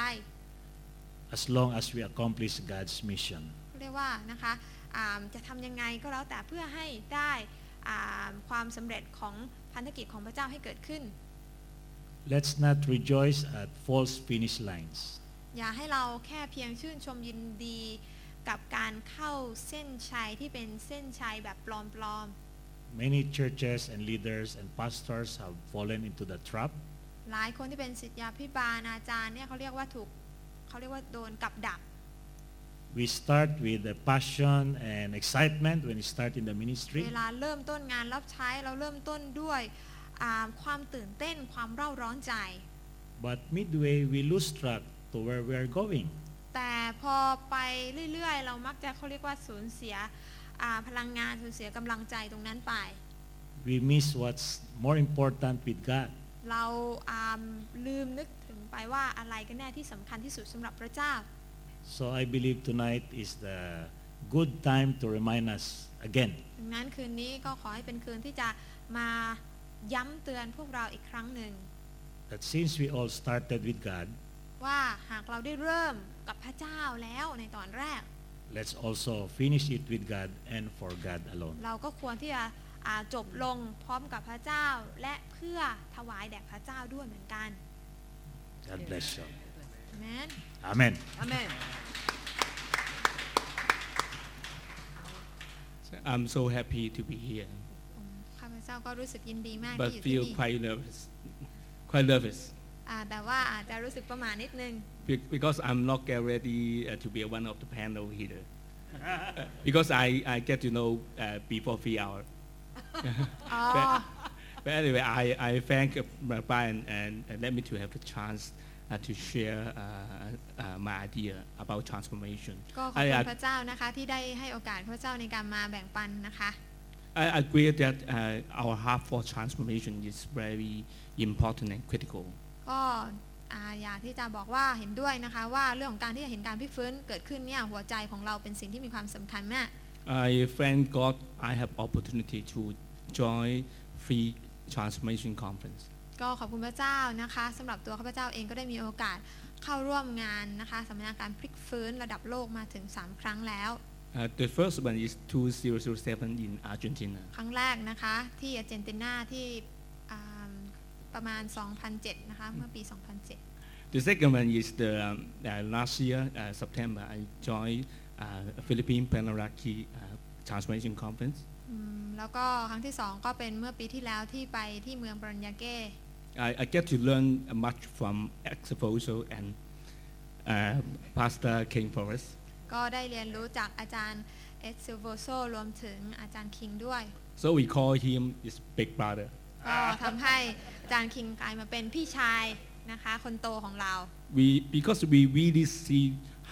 [SPEAKER 5] as long as we accomplish God's mission.
[SPEAKER 2] เรียกว่านะคะอ่าจะทำยังไงก็แล้วแต่เพื่อให้ได้อ่าความสำเร็จของพันธกิจของพระเจ้าให้เกิดขึ้น
[SPEAKER 5] Let's not rejoice at false finish lines.
[SPEAKER 2] อย่าให้เราแค่เพียงชื่นชมยินดี กับการเข้าเส้นชัยที่เป็นเส้นชัยแบบปลอม
[SPEAKER 5] Many churches and leaders and pastors have fallen into the trap
[SPEAKER 2] ๆ หลายคนที่เป็นศิษยาพิบาลอาจารย์เนี่ยเขาเรียกว่าถูกเขาเรียกว่าโดนกับดัก
[SPEAKER 5] we start with the passion and excitement when we start in the
[SPEAKER 2] เว
[SPEAKER 5] ministry
[SPEAKER 2] ลาเริ่มต้นงานรับใช้เราเริ่มต้นด้วยอ่าความตื่นเต้นความเร่าร้อนใจ
[SPEAKER 5] but midway we lose track to where we are going
[SPEAKER 2] แต่พอไปเรื่อยๆ เรามักจะเขาเรียกว่าสูญเสียอ่าพลังงานสูญเสียกำลังใจตรงนั้นไป
[SPEAKER 5] we miss what's more important with God
[SPEAKER 2] เราอ่าลืมนึกถึงไปว่าอะไรกันแน่ที่สำคัญที่สุดสำหรับพระเจ้า
[SPEAKER 5] So I believe tonight is the good time to remind us again
[SPEAKER 2] ดังนั้นคืนนี้ก็ขอให้เป็นคืนที่จะมาย้ำเตือนพวกเราอีกครั้งหนึ่ง
[SPEAKER 5] that since we all started with God,
[SPEAKER 2] ว่าหากเราได้เริ่มกับพระเจ้าแล้วในตอนแรก
[SPEAKER 5] let's also finish it with God and for God alone.
[SPEAKER 2] เราก็ควรที่จะอ่าจบลงพร้อมกับพระเจ้าและเพื่อถวายแด่พระเจ้าด้วยเหมือนกัน
[SPEAKER 5] God bless you.
[SPEAKER 2] แมน
[SPEAKER 5] Amen.
[SPEAKER 3] Amen.
[SPEAKER 4] So I'm so happy to be here,
[SPEAKER 2] ข้าพเจ้าก็รู้สึกยินดีมากที่
[SPEAKER 4] but
[SPEAKER 2] อยู่ที่
[SPEAKER 4] feel
[SPEAKER 2] นี่
[SPEAKER 4] quite nervous, quite nervous
[SPEAKER 2] อ่าแต่ว่าอาจจะรู้สึกประหมานิดนึง
[SPEAKER 4] be- because I'm not get ready uh, to be one of the panel here. because I, I get to know uh, before three hours.
[SPEAKER 2] อ๋อ
[SPEAKER 4] But, but anyway, I, I thank uh, Brian and, and let me to have the chance uh, to share uh, uh, my idea about transformation.
[SPEAKER 2] ก็ขอบ
[SPEAKER 4] I,
[SPEAKER 2] คุ
[SPEAKER 4] I,
[SPEAKER 2] ณพระเจ้านะคะที่ได้ให้โอกาสข้าพเจ้าในการมาแบ่งปันนะคะ
[SPEAKER 4] I agree that uh, our heart for transformation is very important and critical.
[SPEAKER 2] ก็อ่าอยากที่จะบอกว่าเห็นด้วยนะคะ ว่าเรื่องของการที่จะเห็นการพลิกฟื้นเกิดขึ้นเนี่ยหัวใจของเราเป็นสิ่งที่มีความสำคัญมาก
[SPEAKER 4] I thank God I have opportunity to join three transformation conference.
[SPEAKER 2] ก็ขอบคุณพระเจ้านะคะสำหรับตัวข้าพเจ้าเองก็ได้มีโอกาสเข้าร่วมงานนะคะสำนักงานการพลิกฟื้นระดับโลกมาถึง 3 ครั้งแล้ว
[SPEAKER 4] Uh, the first one is 2007 in Argentina.
[SPEAKER 2] ครั้งแรกนะคะ ที่อาร์เจนตินาที่อ่าประมาณ 2007 นะคะ เมื่อปี 2007
[SPEAKER 4] The second one is the um, uh, last year uh, September I joined uh, Philippine Panaraki uh, Transformation Conference.
[SPEAKER 2] อืมแล้วก็ครั้งที่ 2 ก็เป็นเมื่อปีที่แล้วที่ไปที่เมืองบรัญญาเก้
[SPEAKER 4] I, I get to learn much from ex Foso and uh, Pastor King Forrest.
[SPEAKER 2] ก็ได้เรียนรู้จากอาจารย์เอสซิลโวโซรวมถึงอาจารย์คิงด้วย
[SPEAKER 4] So we call him his big brother.
[SPEAKER 2] ก็ทำให้อาจารย์คิงกลายมาเป็นพี่ชายนะคะ คนโตของเรา
[SPEAKER 4] We, because we really see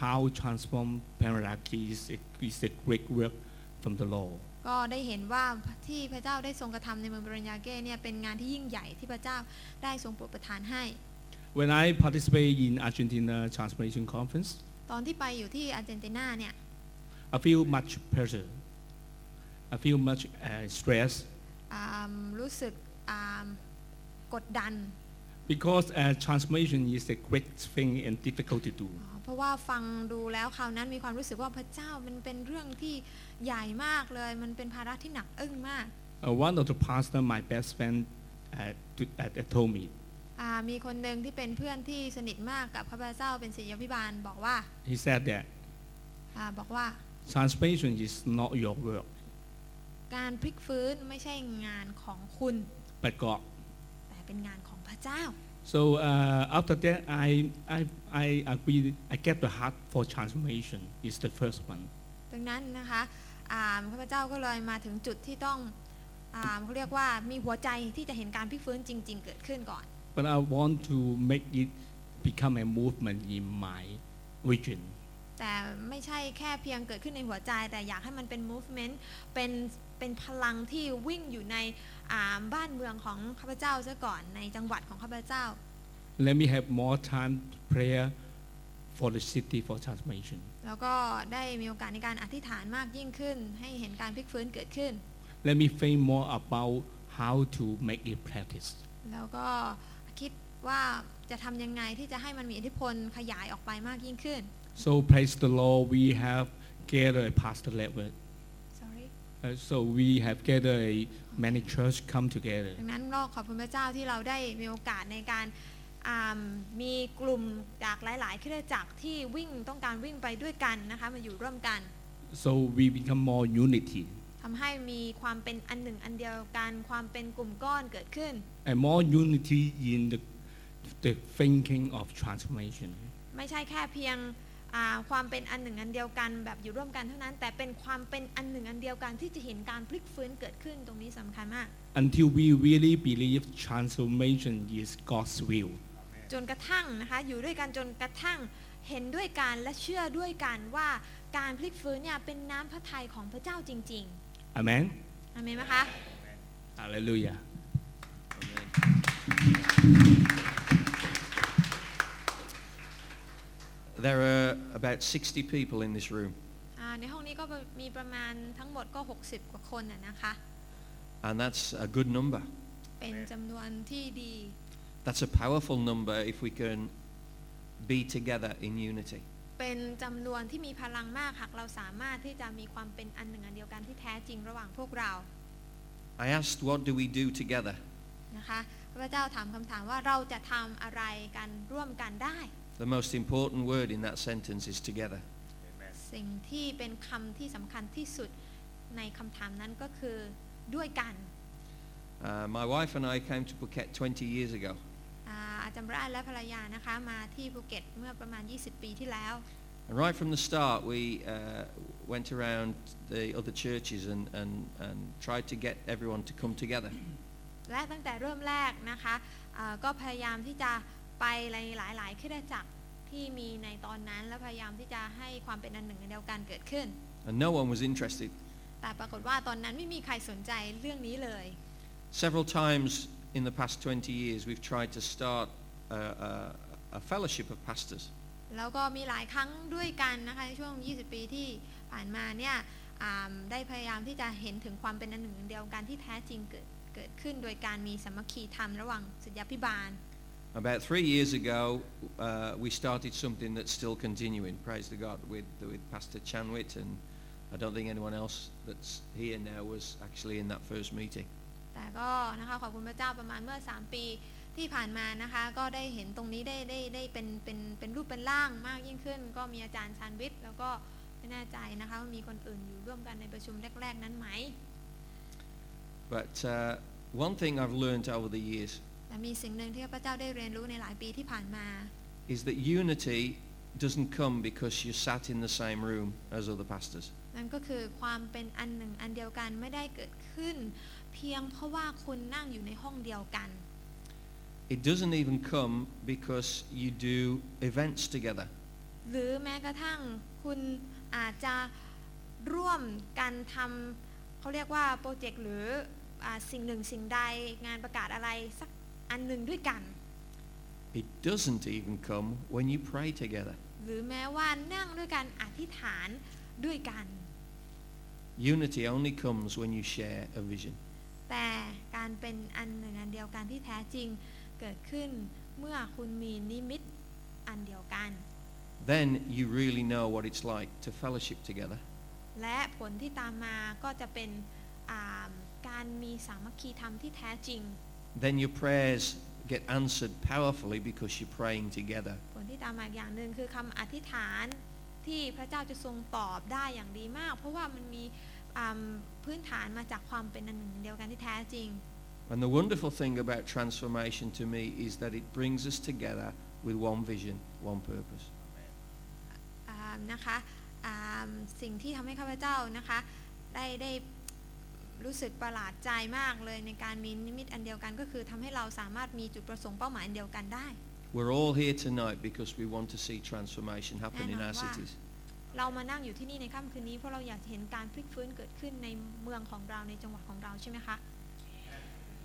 [SPEAKER 4] how transform Panaraki is a, is a great work from the Lord.
[SPEAKER 2] ก็ได้เห็นว่าที่พระเจ้าได้ทรงกระทำในเมืองบรัญญาเก้เนี่ยเป็นงานที่ยิ่งใหญ่ที่พระเจ้าได้ทรงโปรดประทานให้
[SPEAKER 4] When I participate in Argentina Transformation Conference,
[SPEAKER 2] ตอนที่ไปอยู่ที่อาร์เจนตินาเนี่ย
[SPEAKER 4] I feel much pressure. I feel much uh, stress
[SPEAKER 2] อ่ารู้สึกอ่ากดดัน
[SPEAKER 4] because uh, transformation is a great thing and difficult to do.
[SPEAKER 2] อ๋อเพราะว่าฟังดูแล้วคราวนั้นมีความรู้สึกว่าพระเจ้ามันเป็นเรื่องที่ใหญ่มากเลย มันเป็นภาระที่หนักอึ้งมาก
[SPEAKER 4] Uh, one of the pastor, my best friend, uh, to, uh, uh, told me.
[SPEAKER 2] อ่ามีคนหนึ่งที่เป็นเพื่อนที่สนิทมากกับพระเจ้าเป็นศิษยาภิบาลบอกว่า
[SPEAKER 4] He said that
[SPEAKER 2] อาบอกว่า
[SPEAKER 4] transformation is not your work,
[SPEAKER 2] การพลิกฟื้นไม่ใช่งานของคุณ
[SPEAKER 4] but God.
[SPEAKER 2] แต่เป็นงานของพระเจ้า
[SPEAKER 4] So uh, after that, I, I, I agree. I get the heart for transformation. Is the first one.
[SPEAKER 2] ดังนั้นนะคะอ่าข้าพเจ้าก็เลยมาถึงจุดที่ต้องอ่าเขาเรียกว่ามีหัวใจที่จะเห็นการพลิกฟื้นจริง ๆ เกิดขึ้นก่อน
[SPEAKER 4] But I want to make it become a movement in my region.
[SPEAKER 2] แต่ไม่ใช่แค่เพียงเกิดขึ้นในหัวใจ แต่อยากให้มันเป็น movement เป็นเป็นพลังที่วิ่งอยู่ในอ่าบ้านเมืองของข้าพเจ้าซะก่อนในจังหวัดของข้าพเจ้า
[SPEAKER 4] Let me have more time to prayer for the city for transformation.
[SPEAKER 2] แล้วก็ได้มีโอกาสในการอธิษฐานมากยิ่งขึ้น ให้เห็นการพลิกฟื้นเกิดขึ้น
[SPEAKER 4] Let me think more about how to make it practice.
[SPEAKER 2] แล้วก็คิดว่าจะทำยังไงที่จะให้มันมีอิทธิพลขยายออกไปมากยิ่งขึ้น
[SPEAKER 4] So praise the Lord, we have gathered a pastor level.
[SPEAKER 2] sorry
[SPEAKER 4] Uh, so we have gathered a many church come together.
[SPEAKER 2] ดังนั้นก็ขอบคุณพระเจ้าที่เราได้มีโอกาสในการอ่ามีกลุ่มจากหลายๆคริสตจักรที่วิ่งต้องการวิ่งไปด้วยกันนะคะมาอยู่ร่วมกัน
[SPEAKER 4] So we become more unity
[SPEAKER 2] ทำให้มีความเป็นอันหนึ่งอันเดียวกันความเป็นกลุ่มก้อนเกิดขึ้น
[SPEAKER 4] and more unity in the, the thinking of transformation.
[SPEAKER 2] ไม่ใช่แค่เพียงอ่าความเป็นอันหนึ่งอันเดียวกันแบบอยู่ร่วมกันเท่านั้น แต่เป็นความเป็นอันหนึ่งอันเดียวกันที่จะเห็นการพลิกฟื้นเกิดขึ้นตรงนี้สำคัญมาก
[SPEAKER 4] Until we really believe transformation is God's will.
[SPEAKER 2] จนกระทั่งนะคะอยู่ด้วยกันจนกระทั่งเห็นด้วยกันและเชื่อด้วยกันว่าการพลิกฟื้นเนี่ยเป็นน้ำพระทัยของพระเจ้าจริง
[SPEAKER 4] Amen.
[SPEAKER 2] ๆอเมนไหมคะ
[SPEAKER 4] Hallelujah.
[SPEAKER 1] There are about 60 people in this room,
[SPEAKER 2] อ่าในห้องนี้ก็มีประมาณทั้งหมดก็ 60 กว่าคนน่ะนะคะ
[SPEAKER 1] and that's a good number.
[SPEAKER 2] เป็นจำนวนที่ดี
[SPEAKER 1] That's a powerful number if we can be together in unity.
[SPEAKER 2] เป็นจำนวนที่มีพลังมากหากเราสามารถที่จะมีความเป็นอันหนึ่งอันเดียวกันที่แท้จริงระหว่างพวกเรา
[SPEAKER 1] I asked, what do we do together?
[SPEAKER 2] นะคะพระเจ้าถามคำถามว่าเราจะทำอะไรกันร่วมกันได้
[SPEAKER 1] The most important word in that sentence is together.
[SPEAKER 2] สิ่งที่เป็นคำที่สำคัญที่สุดในคำถามนั้นก็คือด้วยกัน
[SPEAKER 1] Uh, my wife and I came to Phuket 20 years ago,
[SPEAKER 2] อาอาจารย์ราชและภรรยานะคะมาที่ภูเก็ตเมื่อประมาณ 20 ปีที่แล้ว
[SPEAKER 1] and right from the start, we uh, went around the other churches and, and, and tried to get everyone to come together.
[SPEAKER 2] และตั้งแต่เริ่มแรกนะคะอ่าก็พยายามที่จะไปในหลายๆคริสตจักรที่มีในตอนนั้น และพยายามที่จะให้ความเป็นอันหนึ่งอันเดียวกันเกิดขึ้น
[SPEAKER 1] And no one was interested.
[SPEAKER 2] แต่ปรากฏว่าตอนนั้นไม่มีใครสนใจเรื่องนี้เลย
[SPEAKER 1] Several times in the past 20 years, we've tried to start a, a, a fellowship of pastors.
[SPEAKER 2] แล้วก็มีหลายครั้งด้วยกันนะคะในช่วง 20 ปีที่ผ่านมาเนี่ยอ่าได้พยายามที่จะเห็นถึงความเป็นอันหนึ่งอันเดียวกันที่แท้จริงเกิด เกิดขึ้นโดยการมีสามัคคีธรรมระหว่างศิษยาภิบาล
[SPEAKER 1] About three years ago, uh, we started something that's still continuing, praise the God, with, with Pastor Chanwit, and I don't think anyone else that's here now was actually in that first meeting.
[SPEAKER 2] แต่ก็นะคะขอบคุณพระเจ้าประมาณเมื่อ 3 ปีที่ผ่านมานะคะก็ได้เห็นตรงนี้ได้ได้ได้เป็นเป็นเป็นรูปเป็นร่างมากยิ่งขึ้น ก็มีอาจารย์ชันวิทย์แล้วก็ไม่แน่ใจนะคะว่ามีคนอื่นอยู่ร่วมกันในประชุมแรก ๆ นั้นไหม
[SPEAKER 1] But uh, one thing I've learned over the years
[SPEAKER 2] แต่มีสิ่งหนึ่งที่ข้าพระเจ้าได้เรียนรู้ในหลายปีที่ผ่านมา
[SPEAKER 1] is that unity doesn't come because you sat in the same room as other pastors.
[SPEAKER 2] นั่นก็คือความเป็นอันหนึ่งอันเดียวกันไม่ได้เกิดขึ้น เพียงเพราะว่าคุณนั่งอยู่ในห้องเดียวกัน
[SPEAKER 1] It doesn't even come because you do events together.
[SPEAKER 2] หรือแม้กระทั่งคุณอาจจะร่วมกันทำเขาเรียกว่าโปรเจกต์หรืออาสิ่งหนึ่งสิ่งใดงานประกาศอะไรสักอันหนึ่งด้วยกัน
[SPEAKER 1] It doesn't even come when you pray together.
[SPEAKER 2] หรือแม้ว่านั่งด้วยกันอธิษฐานด้วยกัน
[SPEAKER 1] Unity only comes when you share a vision.
[SPEAKER 2] แต่การเป็นอันหนึ่งอันเดียวกันที่แท้จริงเกิดขึ้นเมื่อคุณมีนิมิตอันเดียวกัน
[SPEAKER 1] Then you really know what it's like to fellowship together.
[SPEAKER 2] และผลที่ตามมาก็จะเป็นอ่าการมีสามัคคีธรรมที่แท้จริง
[SPEAKER 1] Then your prayers get answered powerfully because you're praying together.
[SPEAKER 2] ผลที่ตามมาอีกอย่างหนึ่งคือคำอธิษฐานที่พระเจ้าจะทรงตอบได้อย่างดีมาก เพราะว่ามันมีอ่าพื้นฐานมาจากความเป็นอันหนึ่งอันเดียวกันที่แท้จริง
[SPEAKER 1] And the wonderful thing about transformation to me is that it brings us together with one vision, one purpose.
[SPEAKER 2] อ่านะคะอ่าสิ่งที่ทำให้ข้าพเจ้านะคะได้ได้รู้สึกประหลาดใจมากเลยในการมีนิมิตอันเดียวกัน ก็คือทำให้เราสามารถมีจุดประสงค์เป้าหมายอันเดียวกันได้
[SPEAKER 1] We're all here tonight because we want to see transformation happen in our
[SPEAKER 2] Hang on, wow.
[SPEAKER 1] cities.
[SPEAKER 2] เรามานั่งอยู่ที่นี่ในค่ำคืนนี้เพราะเราอยากเห็นการพลิกฟื้นเกิดขึ้นในเมืองของเราในจังหวัดของเราใช่ไหมคะ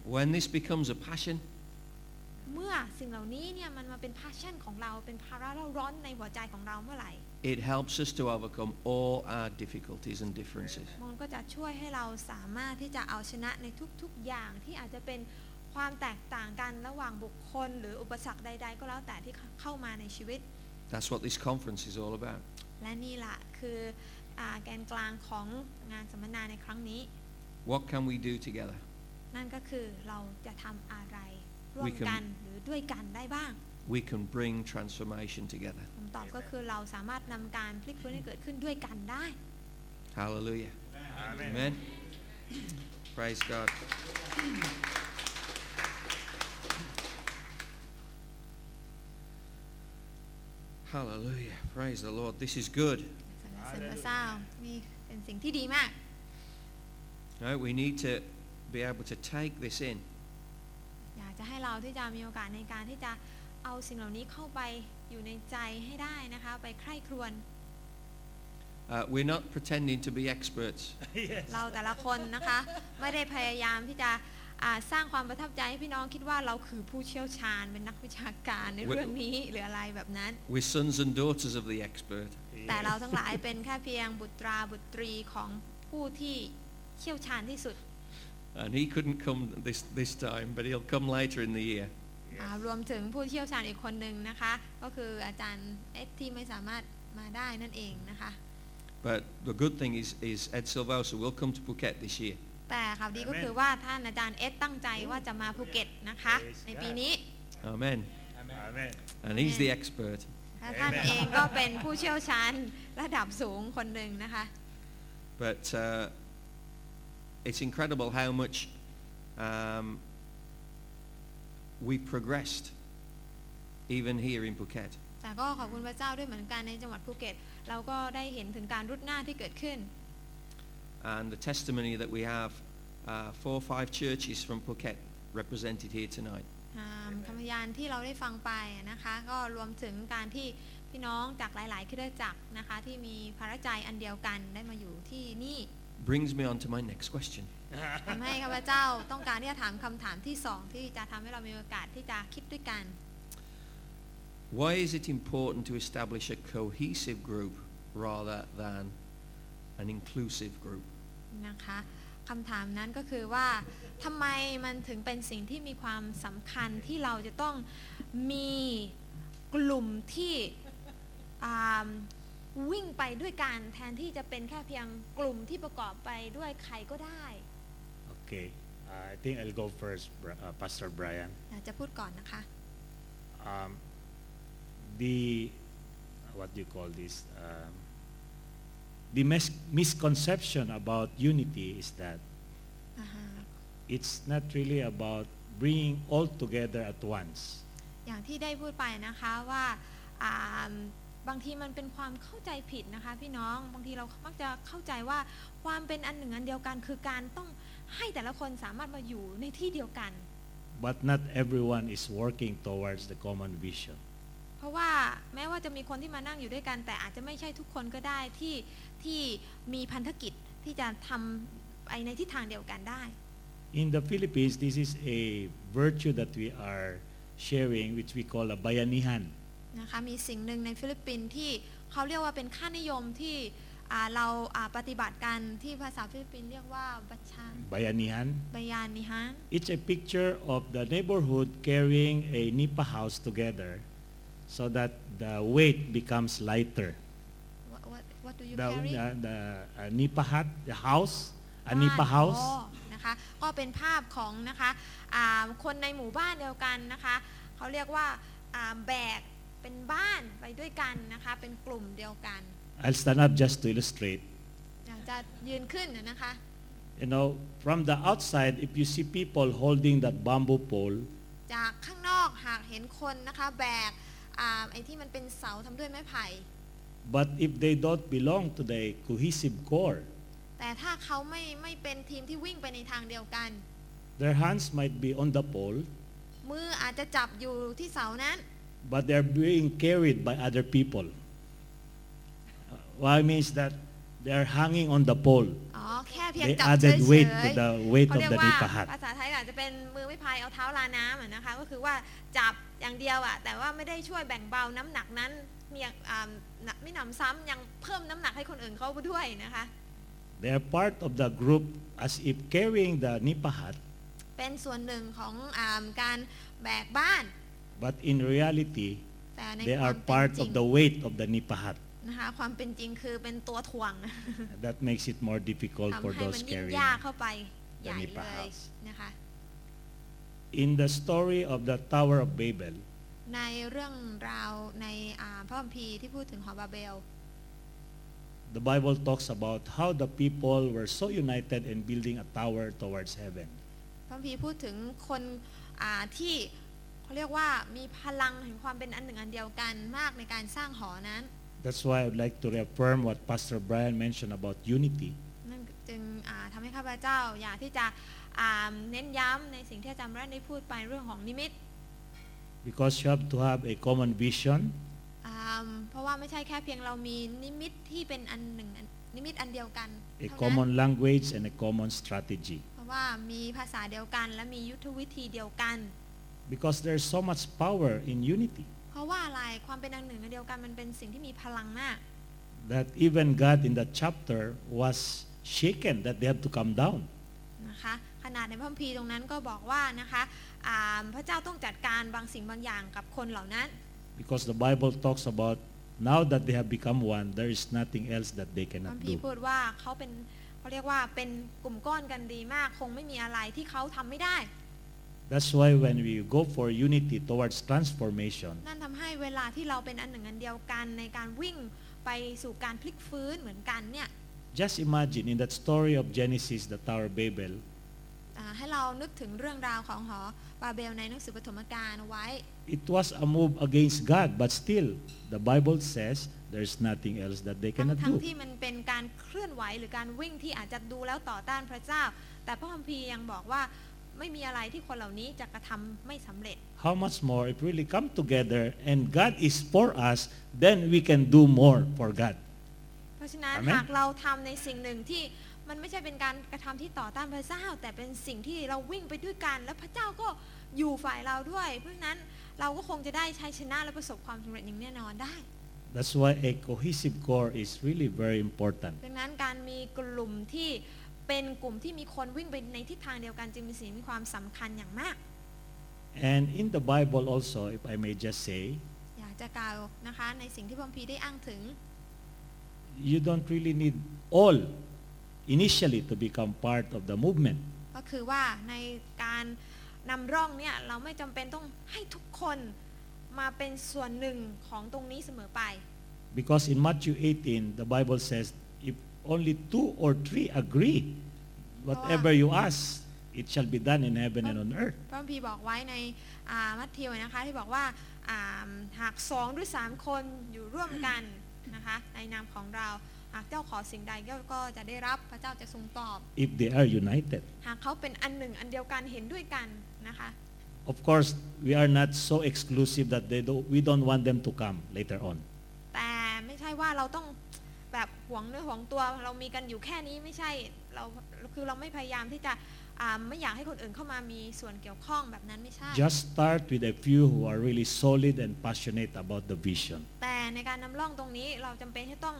[SPEAKER 1] When this becomes a passion,
[SPEAKER 2] เมื่อสิ่งเหล่านี้เนี่ยมันมาเป็นพาชั่นของเราเป็นภาระเราร้อนในหัวใจของเราเมื่อไหร่
[SPEAKER 1] it helps us to overcome all our difficulties and differences.
[SPEAKER 2] มันก็จะช่วยให้เราสามารถที่จะเอาชนะในทุกๆอย่างที่อาจจะเป็นความแตกต่างกันระหว่างบุคคล หรืออุปสรรคใด ๆ ก็แล้วแต่ที่เข้ามาในชีวิต
[SPEAKER 1] That's what this conference is all about.
[SPEAKER 2] และนี่แหละคืออาแกนกลางของงานสัมมนาในครั้งนี้
[SPEAKER 1] What can we do together?
[SPEAKER 2] นั่นก็คือเราจะทำอะไรร่วม
[SPEAKER 1] We can-
[SPEAKER 2] กันหรือด้วยกันได้บ้าง
[SPEAKER 1] We can bring transformation together.
[SPEAKER 2] คำตอบก็คือเราสามารถนำการพลิกฟื้นให้เกิดขึ้นด้วยกันได้
[SPEAKER 1] Hallelujah. Amen. Praise God. Hallelujah. Praise the Lord. This is good.
[SPEAKER 2] สรรเสริญพระเจ้านี่เป็นสิ่งที่ดีมาก
[SPEAKER 1] Now we need to be able to take this in.
[SPEAKER 2] อยากจะให้เราที่จะมีโอกาสในการที่จะเอาสิ่งเหล่านี้เข้าไปอยู่ในใจให้ได้นะคะ ไปใคร่ครวญ
[SPEAKER 1] Uh, we're not pretending to be experts.
[SPEAKER 2] เราแต่ละคนนะคะ ไม่ได้พยายามที่จะอ่าสร้างความประทับใจให้พี่น้องคิดว่าเราคือผู้เชี่ยวชาญเป็นนักวิชาการในเรื่องนี้หรืออะไรแบบนั้น
[SPEAKER 1] We're sons and daughters of the expert.
[SPEAKER 2] แต่เราทั้งหลายเป็นแค่เพียงบุตราบุตรีของผู้ที่เชี่ยวชาญที่สุด
[SPEAKER 1] And he couldn't come this, this time, but he'll come later in the year.
[SPEAKER 2] อ่ารวมถึงผู้เชี่ยวชาญอีกคนหนึ่งนะคะ ก็คืออาจารย์เอสที่ไม่สามารถมาได้นั่นเองนะคะ
[SPEAKER 1] But the good thing is, is Ed Silvosa will come to Phuket this year.
[SPEAKER 2] แต่ข่าวดีก็
[SPEAKER 5] Amen.
[SPEAKER 2] คือว่าท่านอาจารย์เอสตั้งใจว่าจะมาภูเก็ตนะคะ
[SPEAKER 5] Praise
[SPEAKER 2] ในปีนี้
[SPEAKER 1] Amen.
[SPEAKER 5] Amen.
[SPEAKER 1] And he's the
[SPEAKER 2] Amen.
[SPEAKER 1] expert.
[SPEAKER 2] และท่าน
[SPEAKER 5] Amen.
[SPEAKER 2] เองก็เป็นผู้เชี่ยวชาญระดับสูงคนหนึ่งนะคะ
[SPEAKER 1] But uh, it's incredible how much um, we progressed, even here in Phuket.
[SPEAKER 2] แต่ก็ขอบคุณพระเจ้าด้วยเหมือนกันในจังหวัดภูเก็ต เราก็ได้เห็นถึงการรุดหน้าที่เกิดขึ้น
[SPEAKER 1] And the testimony that we have, uh, four or five churches from Phuket represented here tonight.
[SPEAKER 2] อ่าคำพยานที่เราได้ฟังไปนะคะ ก็รวมถึงการที่พี่น้องจากหลาย ๆคริสตจักรนะคะ ที่มีภาระใจอันเดียวกันได้มาอยู่ที่นี่
[SPEAKER 1] Brings me on to my next question.
[SPEAKER 2] ทำให้ข้าพเจ้าต้องการที่จะถามคำถามที่สองที่จะทำให้เรามีโอกาสที่จะคิดด้วยกัน
[SPEAKER 1] Why is it important to establish a cohesive group rather than an inclusive group?
[SPEAKER 2] นะคะ คำถามนั้นก็คือว่าทำไมมันถึงเป็นสิ่งที่มีความสำคัญที่เราจะต้องมีกลุ่มที่อ่าวิ่งไปด้วยกันแทนที่จะเป็นแค่เพียงกลุ่มที่ประกอบไปด้วยใครก็ได้
[SPEAKER 5] Okay, uh, I think I'll go first, Br- uh, Pastor Brian.
[SPEAKER 2] อยากจะพูดก่อนนะคะ
[SPEAKER 5] Um, the what do you call this? Um, the mis- misconception about unity is that
[SPEAKER 2] อ่าฮะ
[SPEAKER 5] it's not really about bringing all together at once.
[SPEAKER 2] อย่างที่ได้พูดไปนะคะว่าอ่าบางทีมันเป็นความเข้าใจผิดนะคะพี่น้องบางทีเรามักจะเข้าใจว่าความเป็นอันหนึ่งอันเดียวกัน คือการต้องให้แต่ละคนสามารถมาอยู่ในที่เดียวกัน
[SPEAKER 5] But not everyone is working towards the common vision.
[SPEAKER 2] เพราะว่าแม้ว่าจะมีคนที่มานั่งอยู่ด้วยกัน แต่อาจจะไม่ใช่ทุกคนก็ได้ที่ที่มีพันธกิจที่จะทำไปในทิศทางเดียวกันได้
[SPEAKER 5] In the Philippines, this is a virtue that we are sharing, which we call a bayanihan.
[SPEAKER 2] นะคะมีสิ่งหนึ่งในฟิลิปปินส์ที่เขาเรียกว่าเป็นค่านิยมที่อ่าเราอ่าปฏิบัติกันที่ภาษาฟิลิปปินส์เรียกว่าบัชชาน
[SPEAKER 5] Bayanihan.
[SPEAKER 2] บายานนิฮะ
[SPEAKER 5] It's a picture of the neighborhood carrying a nipa house together so that the weight becomes lighter.
[SPEAKER 2] What, what, what do you
[SPEAKER 5] The,
[SPEAKER 2] carry?
[SPEAKER 5] the, the uh, nipa hut, the house, a
[SPEAKER 2] บ้าน
[SPEAKER 5] nipa
[SPEAKER 2] อ๋
[SPEAKER 5] house.
[SPEAKER 2] อนะคะก็เป็นภาพของนะคะอ่าคนในหมู่บ้านเดียวกันนะคะเขาเรียกว่าอ่าแบกเป็นบ้านไปด้วยกันนะคะเป็นกลุ่มเดียวกัน
[SPEAKER 5] I'll stand up just to illustrate.
[SPEAKER 2] อยากจะยืนขึ้นน่ะนะคะ
[SPEAKER 5] You know, from the outside, if you see people holding that bamboo pole,
[SPEAKER 2] จากข้างนอกหากเห็นคนนะคะแบกอ่าไอ้ที่มันเป็นเสาทำด้วยไม้ไผ่
[SPEAKER 5] but if they don't belong to the cohesive core,
[SPEAKER 2] แต่ถ้าเขาไม่ไม่เป็นทีมที่วิ่งไปในทางเดียวกัน
[SPEAKER 5] their hands might be on the pole,
[SPEAKER 2] มืออาจจะจับอยู่ที่เสานั้น
[SPEAKER 5] but they're being carried by other people. Uh, What means that they're hanging on the pole.
[SPEAKER 2] อ๋อแค่เพียง
[SPEAKER 5] They
[SPEAKER 2] จับ
[SPEAKER 5] added
[SPEAKER 2] เฉย
[SPEAKER 5] weight
[SPEAKER 2] ๆ
[SPEAKER 5] to the weight
[SPEAKER 2] เขาเรียก
[SPEAKER 5] of the
[SPEAKER 2] ว่า
[SPEAKER 5] nipa hat
[SPEAKER 2] ภาษาไทยอาจจะเป็นมือไม่พายเอาเท้าลาน้ำอะนะคะก็คือว่าจับอย่างเดียวอะแต่ว่าไม่ได้ช่วยแบ่งเบาน้ำหนักนั้นมีอย่างอ่าหนักไม่หนำซ้ำยังเพิ่มน้ำหนักให้คนอื่นเขาด้วยนะคะ
[SPEAKER 5] They are part of the group as if carrying the nipa hat,
[SPEAKER 2] เป็นส่วนหนึ่งของอาการแบกบ้าน
[SPEAKER 5] but in reality,
[SPEAKER 2] แต่ใน
[SPEAKER 5] they
[SPEAKER 2] ความ
[SPEAKER 5] are
[SPEAKER 2] เป็น
[SPEAKER 5] part
[SPEAKER 2] จริง
[SPEAKER 5] of the weight of the nipa hat.
[SPEAKER 2] นะคะความเป็นจริงคือเป็นตัวถ่วง
[SPEAKER 5] That makes it more difficult
[SPEAKER 2] ทำ
[SPEAKER 5] for
[SPEAKER 2] ให้มั
[SPEAKER 5] those
[SPEAKER 2] นยิ่ง
[SPEAKER 5] carrying.
[SPEAKER 2] ยากเข้าไปใหญ่
[SPEAKER 5] นิ
[SPEAKER 2] เล
[SPEAKER 5] ปะฮั
[SPEAKER 2] ย
[SPEAKER 5] ส
[SPEAKER 2] นะคะ
[SPEAKER 5] In the story of the Tower of Babel,
[SPEAKER 2] ในเรื่องราวในอ่าพระคัมภีร์ที่พูดถึงหอบาเบล
[SPEAKER 5] the Bible talks about how the people were so united in building a tower towards heaven.
[SPEAKER 2] พระคัมภีร์พูดถึงคนอ่าที่เขาเรียกว่ามีพลังแห่งความเป็นอันหนึ่งอันเดียวกันมากในการสร้างหอนั้น
[SPEAKER 5] That's why I'd like to reaffirm what Pastor Brian mentioned about unity.
[SPEAKER 2] นั่นจึงอ่าทำาให้ข้าพเจ้าอยากที่จะอ่าเน้นย้ำในสิ่งที่อาจารย์รัตน์ได้พูดไปเรื่องของนิมิต
[SPEAKER 5] Because you have to have a common vision,
[SPEAKER 2] อ่าเพราะว่าไม่ใช่แค่เพียงเรามีนิมิตที่เป็นอันหนึ่งอันนิมิตอันเดียวกัน
[SPEAKER 5] a
[SPEAKER 2] เท่านั้น
[SPEAKER 5] common language, and a common strategy.
[SPEAKER 2] เพราะว่ามีภาษาเดียวกัน และมียุทธวิธีเดียวกัน
[SPEAKER 5] Because there's so much power in unity
[SPEAKER 2] เพราะว่าอะไรความเป็นอันหนึ่งอันเดียวกันมันเป็นสิ่งที่มีพลังมาก
[SPEAKER 5] that even God in that chapter was shaken that they had to come down.
[SPEAKER 2] นะคะขนาดในพระคัมภีร์ตรงนั้นก็บอกว่านะคะอ่าพระเจ้าต้องจัดการบางสิ่งบางอย่างกับคนเหล่านั้น
[SPEAKER 5] Because the Bible talks about now that they have become one, there is nothing else that they
[SPEAKER 2] พระคั
[SPEAKER 5] cannot
[SPEAKER 2] มภีร์
[SPEAKER 5] do.
[SPEAKER 2] พูดว่าเขาเป็นเขาเรียกว่าเป็นกลุ่มก้อนกันดีมาก คงไม่มีอะไรที่เขาทำไม่ได้
[SPEAKER 5] That's why when we go for unity towards transformation,
[SPEAKER 2] นั่นทำให้เวลาที่เราเป็นอันหนึ่งอันเดียวกันในการวิ่งไปสู่การพลิกฟื้นเหมือนกันเนี่ย
[SPEAKER 5] just imagine in that story of Genesis, the Tower of Babel,
[SPEAKER 2] อ่าให้เรานึกถึงเรื่องราวของหอบาเบลในหนังสือปฐมกาลเอาไว้
[SPEAKER 5] it was a move against God, but still, the Bible says there's nothing else that they
[SPEAKER 2] ทั้ง
[SPEAKER 5] cannot
[SPEAKER 2] ทั้ง
[SPEAKER 5] do.
[SPEAKER 2] ที่มันเป็นการเคลื่อนไหวหรือการวิ่งที่อาจจะดูแล้วต่อต้านพระเจ้า แต่พระคัมภีร์ยังบอกว่าไม่มีอะไรที่คนเหล่านี้จะกระทำไม่สำเร็จ
[SPEAKER 5] How much more if we really come together and God is for us, then we can do more for God.
[SPEAKER 2] เพราะฉะนั้น
[SPEAKER 5] Amen.
[SPEAKER 2] หากเราทำในสิ่งหนึ่งที่มันไม่ใช่เป็นการกระทำที่ต่อต้านพระเจ้า แต่เป็นสิ่งที่เราวิ่งไปด้วยกัน และพระเจ้าก็อยู่ฝ่ายเราด้วย เพราะฉะนั้นเราก็คงจะได้ชัยชนะและประสบความสำเร็จอย่างแน่นอนได้
[SPEAKER 5] That's why a cohesive core is really very important.
[SPEAKER 2] ดังนั้นการมีกลุ่มที่ เป็นกลุ่มที่มีคนวิ่งไปในทิศทางเดียวกันจึงมีสิ่งมีความสำคัญอย่างมาก
[SPEAKER 5] And in the Bible also, if I may just say,
[SPEAKER 2] อยากจะกล่าวนะคะ ในสิ่งที่พระคัมพีร์ได้อ้างถึง
[SPEAKER 5] you don't really need all initially to become part of the movement.
[SPEAKER 2] ก็คือว่าในการนำร่องเนี่ยเราไม่จำเป็นต้องให้ทุกคนมาเป็นส่วนหนึ่งของตรงนี้เสมอไป
[SPEAKER 5] Because in Matthew 18, the Bible says, if only two or three agree, whatever you ask, it shall be done in heaven and on earth.
[SPEAKER 2] พระคัมพีร์บอกไว้ในอ่ามัทธิวนะคะที่บอกว่าอ่าหากสองหรือสามคนอยู่ร่วมกันนะคะในนามของเราหากเจ้าขอสิ่งใดก็ก็จะได้รับพระเจ้าจะทรงตอบ
[SPEAKER 5] If they are united.
[SPEAKER 2] หากเขาเป็นอันหนึ่งอันเดียวกันเห็นด้วยกันนะคะ
[SPEAKER 5] Of course, we are not so exclusive that they do, we don't want them to come later on.
[SPEAKER 2] แต่ไม่ใช่ว่าเราต้องแบบหวงเนื้อหวงตัวเรามีกันอยู่แค่นี้ไม่ใช่เราคือเราไม่พยายามที่จะอ่าไม่อยากให้คนอื่นเข้ามามีส่วนเกี่ยวข้องแบบนั้นไม่ใช่
[SPEAKER 5] Just start with a few who are really solid and passionate about the vision.
[SPEAKER 2] แต่ในการนำร่องตรงนี้เราจำเป็นที่ต้อง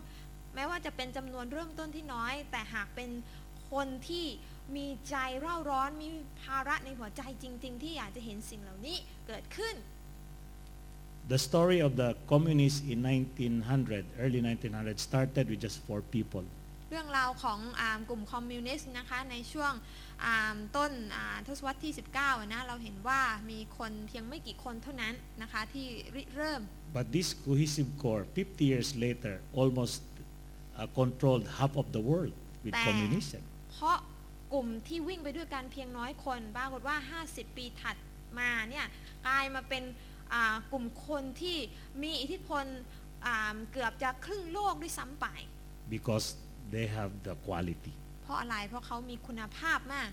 [SPEAKER 2] แม้ว่าจะเป็นจำนวนเริ่มต้นที่น้อย แต่หากเป็นคนที่มีใจเร่าร้อนมีภาระในหัวใจจริง ๆ ที่อยากจะเห็นสิ่งเหล่านี้เกิดขึ้น
[SPEAKER 5] The story of the communists in 1900, early 1900, started with just four people.
[SPEAKER 2] เรื่องราวของอากลุ่มคอมมิวนิสต์นะคะในช่วงอ่าต้นอ่าทศวรรษที่ 19อะนะเราเห็นว่ามีคนเพียงไม่กี่คนเท่านั้นนะคะที่ริเริ่ม
[SPEAKER 5] But this cohesive core, 50 years later, almost uh, controlled half of the world with
[SPEAKER 2] Bah.
[SPEAKER 5] communism.
[SPEAKER 2] เพราะกลุ่มที่วิ่งไปด้วยกันเพียงน้อยคนปรากฏว่า 50 ปีถัดมาเนี่ยกลายมาเป็นอ่ากลุ่มคนที่มีอิทธิพลอ่าเกือบจะครึ่งโลกด้วยซ้ำไป
[SPEAKER 5] because they have the quality
[SPEAKER 2] เพราะอะไรเพราะเขามีคุณภาพมาก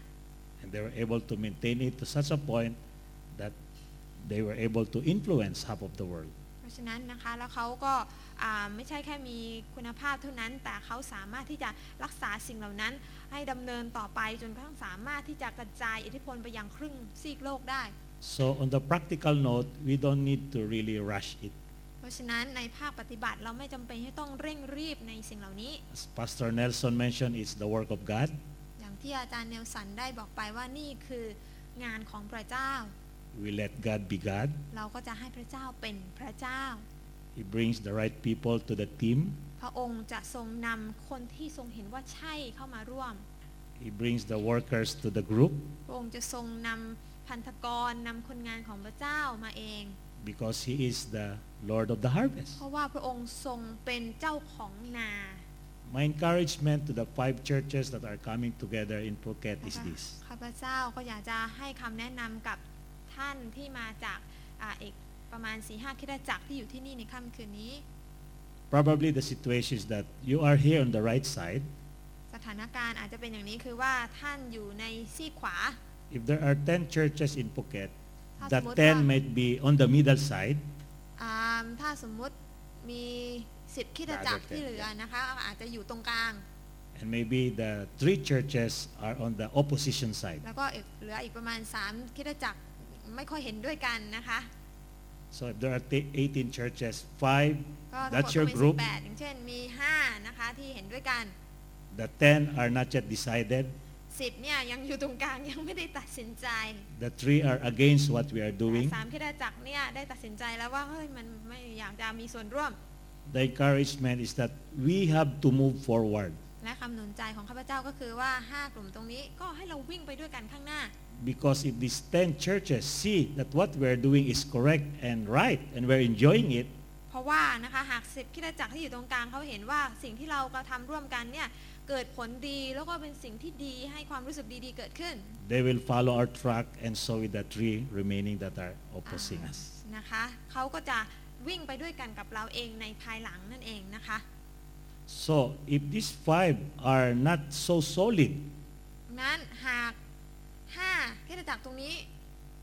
[SPEAKER 5] and they were able to maintain it to such a point that they were able to influence half of the world.
[SPEAKER 2] เพราะฉะนั้นนะคะแล้วเขาก็อ่าไม่ใช่แค่มีคุณภาพเท่านั้น แต่เขาสามารถที่จะรักษาสิ่งเหล่านั้น ให้ดำเนินต่อไปจนกระทั่งสามารถที่จะกระจายอิทธิพลไปยังครึ่งซีกโลกได้
[SPEAKER 5] So on the practical note, we don't need to really rush it.
[SPEAKER 2] เพราะฉะนั้นในภาคปฏิบัติเราไม่จำเป็นที่ต้องเร่งรีบในสิ่งเหล่านี้
[SPEAKER 5] As Pastor Nelson mentioned, it's the work of God.
[SPEAKER 2] อย่างที่อาจารย์เนลสันได้บอกไปว่านี่คืองานของพระเจ้า
[SPEAKER 5] We let God be God.
[SPEAKER 2] เราก็จะให้พระเจ้าเป็นพระเจ้า
[SPEAKER 5] He brings the right people to the team.
[SPEAKER 2] พระองค์จะทรงนำคนที่ทรงเห็นว่าใช่เข้ามาร่วม
[SPEAKER 5] He brings the workers to the group
[SPEAKER 2] พระองค์จะทรงนำพันธกรนำคนงานของพระเจ้ามาเอง
[SPEAKER 5] because he is the Lord of the harvest.
[SPEAKER 2] เพราะว่าพระองค์ทรงเป็นเจ้าของนา
[SPEAKER 5] My encouragement to the five churches that are coming together in Phuket is this.
[SPEAKER 2] ข้าพเจ้าก็อยากจะให้คำแนะนำกับท่านที่มาจากอาเอกประมาณ4ีหคริดจักรที่อยู่ที่นี่ในค่ำคืนนี้
[SPEAKER 5] probably the situation is that you are here on the right side.
[SPEAKER 2] สถานการณ์อาจจะเป็นอย่างนี้คือว่าท่านอยู่ในซีกขวา
[SPEAKER 5] If there are 10 churches in Phuket,
[SPEAKER 2] ถ้าสมมติ
[SPEAKER 5] that 10
[SPEAKER 2] ว่า
[SPEAKER 5] might be on the middle side,
[SPEAKER 2] อ่าถ้าสมมติมีสิบคริดจักรที่เหลือนะคะอาจจะอยู่ตรงกลาง
[SPEAKER 5] and maybe the three churches are on the opposition side.
[SPEAKER 2] แล้วก็อีกเหลืออีกประมาณ3คริดจักรไม่ค่อยเห็นด้วยกันนะคะ
[SPEAKER 5] So if there are t- 18 churches, five,
[SPEAKER 2] ก็ทั้งหมด
[SPEAKER 5] that's
[SPEAKER 2] ก็
[SPEAKER 5] your
[SPEAKER 2] มีสิ
[SPEAKER 5] group.
[SPEAKER 2] บแปดอย่างเช่นมี 5 นะคะที่เห็นด้วยกัน
[SPEAKER 5] The 10 are not yet decided.
[SPEAKER 2] 10เนี่ยยังอยู่ตรงกลาง ยังไม่ได้ตัดสินใจ
[SPEAKER 5] The three are against what we are
[SPEAKER 2] แต่
[SPEAKER 5] doing.
[SPEAKER 2] สามคริดจักรเนี่ยได้ตัดสินใจแล้วว่าเฮ้ยมันไม่อยากจะมีส่วนร่วม
[SPEAKER 5] The encouragement is that we have to move forward
[SPEAKER 2] และคำหนุนใจของข้าพเจ้าก็คือว่าห้ากลุ่มตรงนี้ก็ให้เราวิ่งไปด้วยกันข้างหน้า
[SPEAKER 5] because if these 10 churches see that what we are doing is correct and right and we're enjoying it,
[SPEAKER 2] เพราะว่านะคะหากสิบคริดจักรที่อยู่ตรงกลางเขาเห็นว่าสิ่งที่เรากระทำร่วมกันเนี่ยเกิดผลดีแล้วก็เป็นสิ่งที่ดีให้ความรู้สึกดีๆเกิดขึ้น
[SPEAKER 5] they will follow our track and so with the three remaining that are opposing
[SPEAKER 2] Ah.
[SPEAKER 5] us.
[SPEAKER 2] นะคะเขาก็จะวิ่งไปด้วยกันกับเราเองในภายหลังนั่นเองนะคะ
[SPEAKER 5] So if these five are not so solid,
[SPEAKER 2] นั้นหากห้าคริดจักรตรงนี้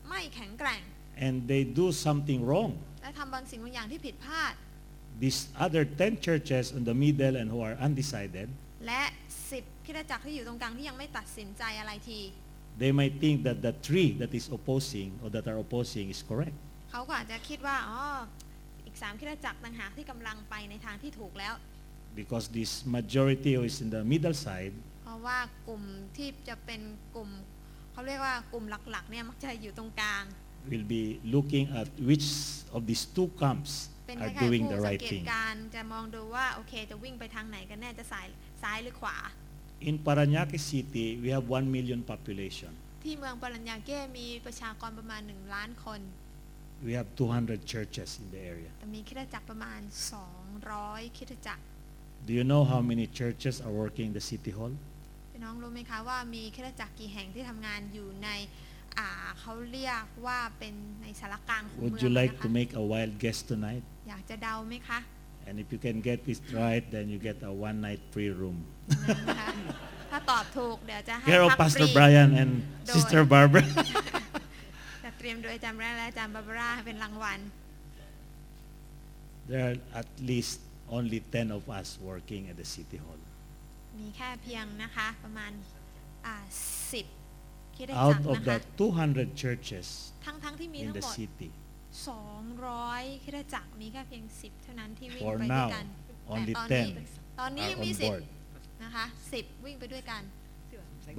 [SPEAKER 2] ไม่แข็งแกร่ง
[SPEAKER 5] and they do something wrong,
[SPEAKER 2] และทำบางสิ่งบางอย่างที่ผิดพลาด
[SPEAKER 5] these other 10 churches in the middle and who are undecided,
[SPEAKER 2] และ 10คริดจักรที่อยู่ตรงกลางที่ยังไม่ตัดสินใจอะไรที
[SPEAKER 5] they might think that the three that is opposing or that are opposing is correct.
[SPEAKER 2] เขาก็อาจจะคิดว่าอ๋ออีก3คริดจักรต่างหากที่กำลังไปในทางที่ถูกแล้ว
[SPEAKER 5] Because this majority who is in the middle side
[SPEAKER 2] เพราะว่ากลุ่มที่จะเป็นกลุ่มเขาเรียกว่ากลุ่มหลักๆเนี่ยมักจะอยู่ตรงกลาง
[SPEAKER 5] We'll be looking at which of these two camps
[SPEAKER 2] เป็นค
[SPEAKER 5] are
[SPEAKER 2] ล้ายๆ
[SPEAKER 5] doing
[SPEAKER 2] ผู้
[SPEAKER 5] the
[SPEAKER 2] สัง
[SPEAKER 5] right
[SPEAKER 2] เกต
[SPEAKER 5] thing.
[SPEAKER 2] การณ์จะมองดูว่าโอเคจะวิ่งไปทางไหนกันแน่จะสายซ้ายหรือขวา
[SPEAKER 5] In Paranaque City, we have 1 million population.
[SPEAKER 2] ที่เมืองปรัญญาเก้มีประชากรประมาณ 1 ล้านคน
[SPEAKER 5] We have 200 churches in the area.
[SPEAKER 2] แต่มีคริสตจักรประมาณ 200คริสตจักร
[SPEAKER 5] Do you know how many churches are working in the city hall?
[SPEAKER 2] พี่น้องรู้ไหมคะว่ามีคริสตจักรกี่แห่งที่ทำงานอยู่ในอ่าเขาเรียกว่าเป็นในสารกลางของเมือง
[SPEAKER 5] Would you like
[SPEAKER 2] นะ
[SPEAKER 5] to
[SPEAKER 2] คะ
[SPEAKER 5] make a wild guess tonight?
[SPEAKER 2] อยากจะเดาไหมคะ
[SPEAKER 5] And if you can get it right, then you get a one-night free room.
[SPEAKER 2] นะคะถ้าตอบถูกเดี๋ยวจะให้
[SPEAKER 5] Here of
[SPEAKER 2] พักฟ
[SPEAKER 5] Pastor
[SPEAKER 2] รี
[SPEAKER 5] Brian and
[SPEAKER 2] Doy.
[SPEAKER 5] Sister Barbara.
[SPEAKER 2] จะเตรียมโดยอาจารย์แรกและอาจารย์บาบาร่าเป็นรางวัล
[SPEAKER 5] There are at least only 10 of us working at the city hall.
[SPEAKER 2] มีแค่เพียงนะคะประมาณอ่าสิบคิดได้จัก
[SPEAKER 5] Out of
[SPEAKER 2] นะ
[SPEAKER 5] the
[SPEAKER 2] คะ
[SPEAKER 5] 200 churches
[SPEAKER 2] ทั้งทั้งๆที่มี
[SPEAKER 5] in
[SPEAKER 2] ทั้
[SPEAKER 5] the
[SPEAKER 2] งหมด
[SPEAKER 5] city,
[SPEAKER 2] 200คิดได้จักมีแค่เพียง 10 เท่านั้นที่วิ่ง
[SPEAKER 5] For
[SPEAKER 2] ไปด้วย
[SPEAKER 5] now,
[SPEAKER 2] กัน
[SPEAKER 5] only
[SPEAKER 2] แต่ตอนนี้
[SPEAKER 5] 10
[SPEAKER 2] ตอนนี้
[SPEAKER 5] are
[SPEAKER 2] ยังมี
[SPEAKER 5] on board.
[SPEAKER 2] 10นะคะ10 วิ่งไปด้วยกัน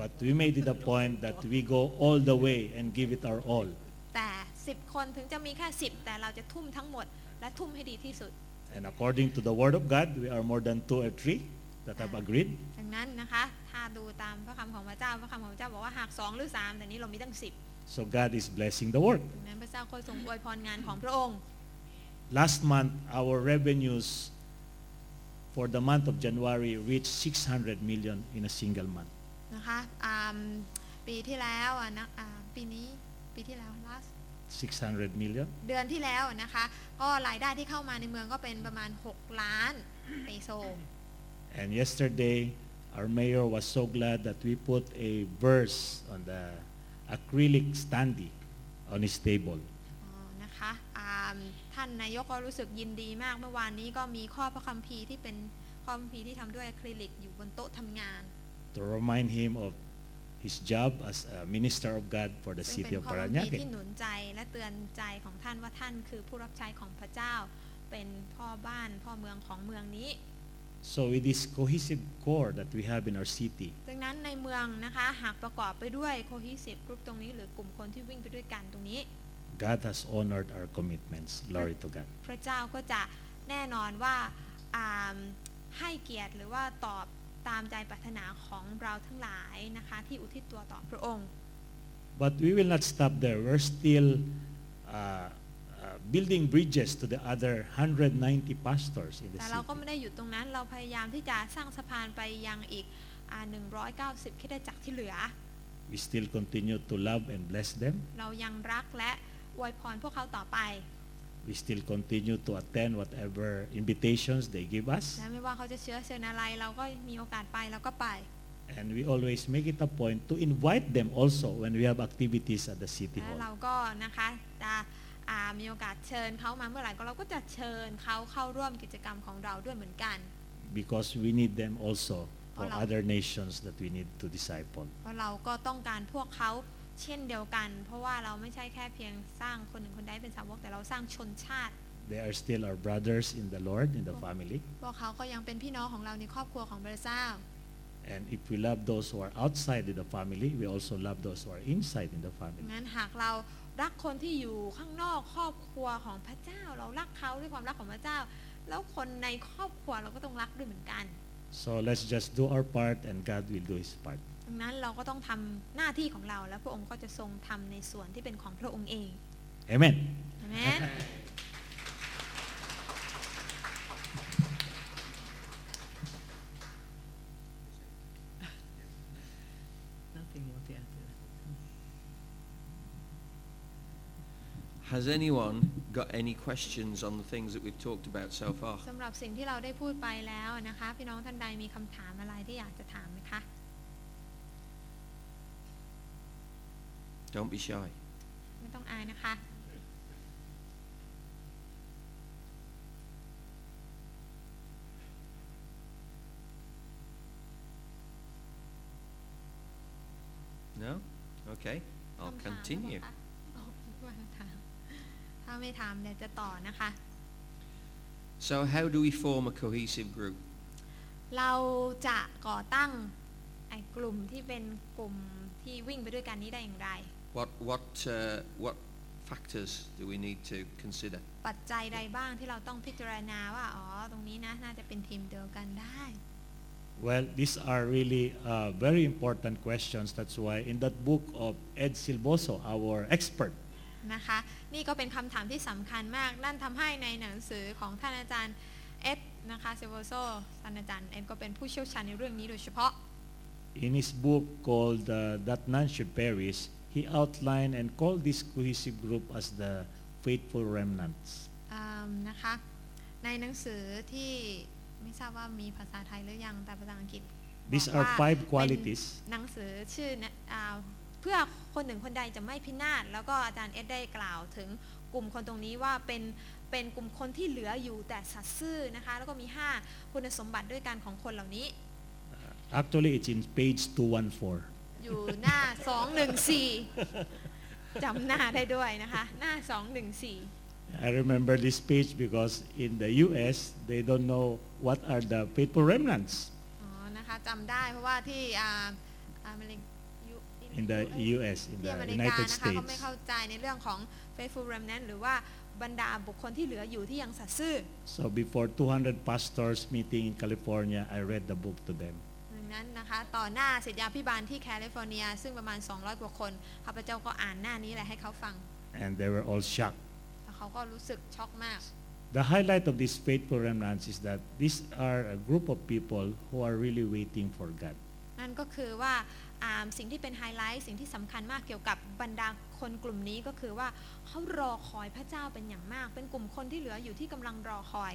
[SPEAKER 5] But we made it a point that we go all the way and give it our all.
[SPEAKER 2] แต่ 10 คนถึงจะมีแค่ 10 แต่เราจะทุ่มทั้งหมด และทุ่มให้ดีที่สุด
[SPEAKER 5] And according to the word of God, we are more than two or three that have agreed.
[SPEAKER 2] ดังนั้นนะคะถ้าดูตามพระคำของพระเจ้าพระคำของพระเจ้าบอกว่าหาก 2 หรือ 3 แต่นี้เรามีตั้ง 10
[SPEAKER 5] So God is blessing the work.
[SPEAKER 2] ดังนั้นพระเจ้าก็ทรงอวยพรงานของพระองค์
[SPEAKER 5] Last month, our revenues for the month of January reached 600 million in a single month.
[SPEAKER 2] นะคะอ่าปีที่แล้วอ่ะนะอ่าปีนี้ปีที่แล้ว last
[SPEAKER 5] 600 million.
[SPEAKER 2] เดือนที่แล้วนะคะ ก็รายได้ที่เข้ามาในเมืองก็เป็นประมาณ 6 ล้านเปโซ
[SPEAKER 5] And yesterday, our mayor was so glad that we put a verse on the acrylic standee on his table.
[SPEAKER 2] อ๋อนะคะอ่าท่านนายกก็รู้สึกยินดีมากเมื่อวานนี้ก็มีข้อพระคัมภีร์ที่เป็นข้อพระคัมภีร์ที่ทำด้วยอะคริลิกอยู่บนโต๊ะทำงาน
[SPEAKER 5] to remind him of his job as a minister of God for the
[SPEAKER 2] ซึ่งเป็
[SPEAKER 5] city
[SPEAKER 2] น
[SPEAKER 5] of
[SPEAKER 2] ข้อพระคัมภีร์ที่
[SPEAKER 5] Paranaque.
[SPEAKER 2] หนุนใจและเตือนใจของท่านว่าท่านคือผู้รับใช้ของพระเจ้า เป็นพ่อบ้านพ่อเมืองของเมืองนี้
[SPEAKER 5] So with this cohesive core that we have in our city,
[SPEAKER 2] ดังนั้นในเมืองนะคะหากประกอบไปด้วยโคฮิสิบกรุ๊ปตรงนี้ หรือกลุ่มคนที่วิ่งไปด้วยกันตรงนี้
[SPEAKER 5] God has honored our commitments. Glory to God.
[SPEAKER 2] พระเจ้าก็จะแน่นอนว่าอ่าให้เกียรติหรือว่าตอบตามใจปรารถนาของเราทั้งหลายนะคะที่อุทิศตัวต่อพระองค์
[SPEAKER 5] But we will not stop there. We're still uh, uh, building bridges to the other 190 pastors in the
[SPEAKER 2] แต่เราก็
[SPEAKER 5] city.
[SPEAKER 2] ไม่ได้หยุดตรงนั้นเราพยายามที่จะสร้างสะพานไปยังอีกอ่า190คริดจักรที่เหลือ
[SPEAKER 5] We still continue to love and bless them.
[SPEAKER 2] เรายังรักและอวยพรพวกเขาต่อไป
[SPEAKER 5] We still continue to attend whatever invitations they give us.
[SPEAKER 2] และไม่ว่าเขาจะเชื้อเชิญอะไร เราก็มีโอกาสไปเราก็ไป
[SPEAKER 5] And we always make it a point to invite them also when we have activities at the city
[SPEAKER 2] และ
[SPEAKER 5] hall.
[SPEAKER 2] เราก็นะคะจะอ่ามีโอกาสเชิญเขามาเมื่อไหร่ก็เราก็จะเชิญเขาเข้าร่วมกิจกรรมของเราด้วยเหมือนกัน
[SPEAKER 5] because we need them also for
[SPEAKER 2] Hola.
[SPEAKER 5] other nations that we need to disciple.
[SPEAKER 2] เพราะเราก็ต้องการพวกเขาเช่นเดียวกัน เพราะว่าเราไม่ใช่แค่เพียงสร้างคนหนึ่งคนใดเป็นสาวกแต่เราสร้างชนชาติ
[SPEAKER 5] They are still our brothers in the Lord, in the family.
[SPEAKER 2] พวกเขาก็ยังเป็นพี่น้องของเราในครอบครัวของพระเจ้า
[SPEAKER 5] And if we love those who are outside in the family, we also love those who are inside in the family.
[SPEAKER 2] งั้นหากเรารักคนที่อยู่ข้างนอกครอบครัวของพระเจ้า เรารักเขาด้วยความรักของพระเจ้า แล้วคนในครอบครัวเราก็ต้องรักด้วยเหมือนกัน
[SPEAKER 5] So let's just do our part and God will do his part.
[SPEAKER 2] ดังนั้นเราก็ต้องทำหน้าที่ของเราและพระองค์ก็จะทรงทำในส่วนที่เป็นของพระองค์เอง
[SPEAKER 5] Amen.
[SPEAKER 2] ใช่ไหมน
[SPEAKER 3] Nothing more to add to that.
[SPEAKER 1] Has anyone got any questions on the things that we've talked about so far?
[SPEAKER 2] สำหรับสิ่งที่เราได้พูดไปแล้วนะคะ พี่น้องท่านใดมีคำถามอะไรที่อยากจะถามไหมคะ
[SPEAKER 1] Don't be shy.
[SPEAKER 2] ไม่ต้องอายนะคะ
[SPEAKER 1] No? Okay. I'll
[SPEAKER 2] คำถามหรือ
[SPEAKER 1] continue.
[SPEAKER 2] เปล่าคะอ๋อคิดว่าถาม ถ้าไม่ถามเดี๋ยวจะต่อนะคะ
[SPEAKER 1] So how do we form a cohesive group?
[SPEAKER 2] เราจะก่อตั้ง ไอ้กลุ่มที่เป็นกลุ่มที่วิ่งไปด้วยกันนี้ได้อย่างไร
[SPEAKER 1] What, what, uh, what factors do we need to consider?
[SPEAKER 2] ปัจจัยใดบ้างที่เราต้องพิจารณาว่า อ๋อ ตรงนี้นะ น่าจะเป็นทีมเดียวกันได้
[SPEAKER 5] Well, these are really uh, very important questions. That's why in that book of Ed Silboso, our expert,
[SPEAKER 2] นะคะ นี่ก็เป็นคำถามที่สำคัญมาก นั่นทำให้ในหนังสือของท่านอาจารย์เอ็ดนะคะเซโบโซท่านอาจารย์เอ็ดก็เป็นผู้เชี่ยวชาญในเรื่องนี้โดยเฉพาะ
[SPEAKER 5] in his book called uh, That None Should Perish, he outlined and called this cohesive group as the faithful remnants.
[SPEAKER 2] อืมนะคะ ในหนังสือที่ไม่ทราบว่ามีภาษาไทยหรือยังแต่ภาษาอังกฤษ
[SPEAKER 5] These
[SPEAKER 2] บ
[SPEAKER 5] are
[SPEAKER 2] อกว่า
[SPEAKER 5] five
[SPEAKER 2] เป็น
[SPEAKER 5] qualities.
[SPEAKER 2] หนังสือชื่อนะอ่าเพื่อคนหนึ่งคนใดจะไม่พินาศแล้วก็อาจารย์เอ็ดได้กล่าวถึงกลุ่มคนตรงนี้ว่าเป็นเป็นกลุ่มคนที่เหลืออยู่แต่สัตย์ซื่อนะคะแล้วก็มี 5 คุณสมบัติด้วยกันของคนเหล่านี้
[SPEAKER 5] Actually, it's in page 214.
[SPEAKER 2] อยู่หน้า 214จำหน้าได้ด้วยนะคะ หน้า 214
[SPEAKER 5] I remember this page because in the U.S., they don't know what are the faithful remnants
[SPEAKER 2] อ๋อนะคะจำได้เพราะว่าที่อ่าอเมริกยุ
[SPEAKER 5] in the U.S., in
[SPEAKER 2] ที่อเม
[SPEAKER 5] the
[SPEAKER 2] ริกา
[SPEAKER 5] United
[SPEAKER 2] นะคะเขาไม่
[SPEAKER 5] States.
[SPEAKER 2] เข้าใจในเรื่องของ faithful remnant หรือว่าบรรดาบุคคลที่เหลืออยู่ที่ยังสัตย์ซื่อ
[SPEAKER 5] So before 200 pastors meeting in California, I read the book to them.
[SPEAKER 2] ดังนั้นนะคะต่อหน้าศิษยาพิบาลที่แคลิฟอร์เนีย ซึ่งประมาณ 200 กว่าคนข้าพเจ้าก็อ่านหน้านี้แหละให้เขาฟัง
[SPEAKER 5] And they were all shocked.
[SPEAKER 2] แล้วเขาก็รู้สึกช็อกมาก
[SPEAKER 5] The highlight of these faithful remnants is that these are a group of people who are really waiting for God.
[SPEAKER 2] นั่นก็คือว่าอ่าสิ่งที่เป็นไฮไลท์สิ่งที่สำคัญมากเกี่ยวกับบรรดาคนกลุ่มนี้ก็คือว่าเขารอคอยพระเจ้าเป็นอย่างมาก เป็นกลุ่มคนที่เหลืออยู่ที่กำลังรอคอย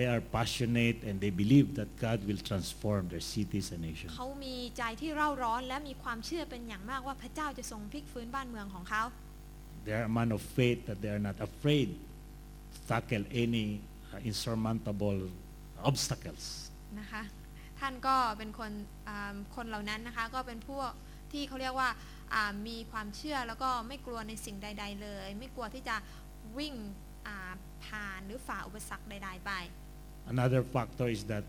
[SPEAKER 5] They are passionate and they believe that God will transform their cities and nations.
[SPEAKER 2] เขามีใจที่เร่าร้อนและมีความเชื่อเป็นอย่างมากว่าพระเจ้าจะทรงพลิกฟื้นบ้านเมืองของเขา
[SPEAKER 5] They are a man of faith that they are not afraid to tackle any uh, insurmountable obstacles.
[SPEAKER 2] นะคะท่านก็เป็นคนอ่าคนเหล่านั้นนะคะก็เป็นพวกที่เขาเรียกว่าอ่ามีความเชื่อแล้วก็ไม่กลัวในสิ่งใด ๆ เลย ไม่กลัวที่จะวิ่งอ่าผ่านหรือฝ่าอุปสรรคใด ๆ ไป
[SPEAKER 5] Another factor is that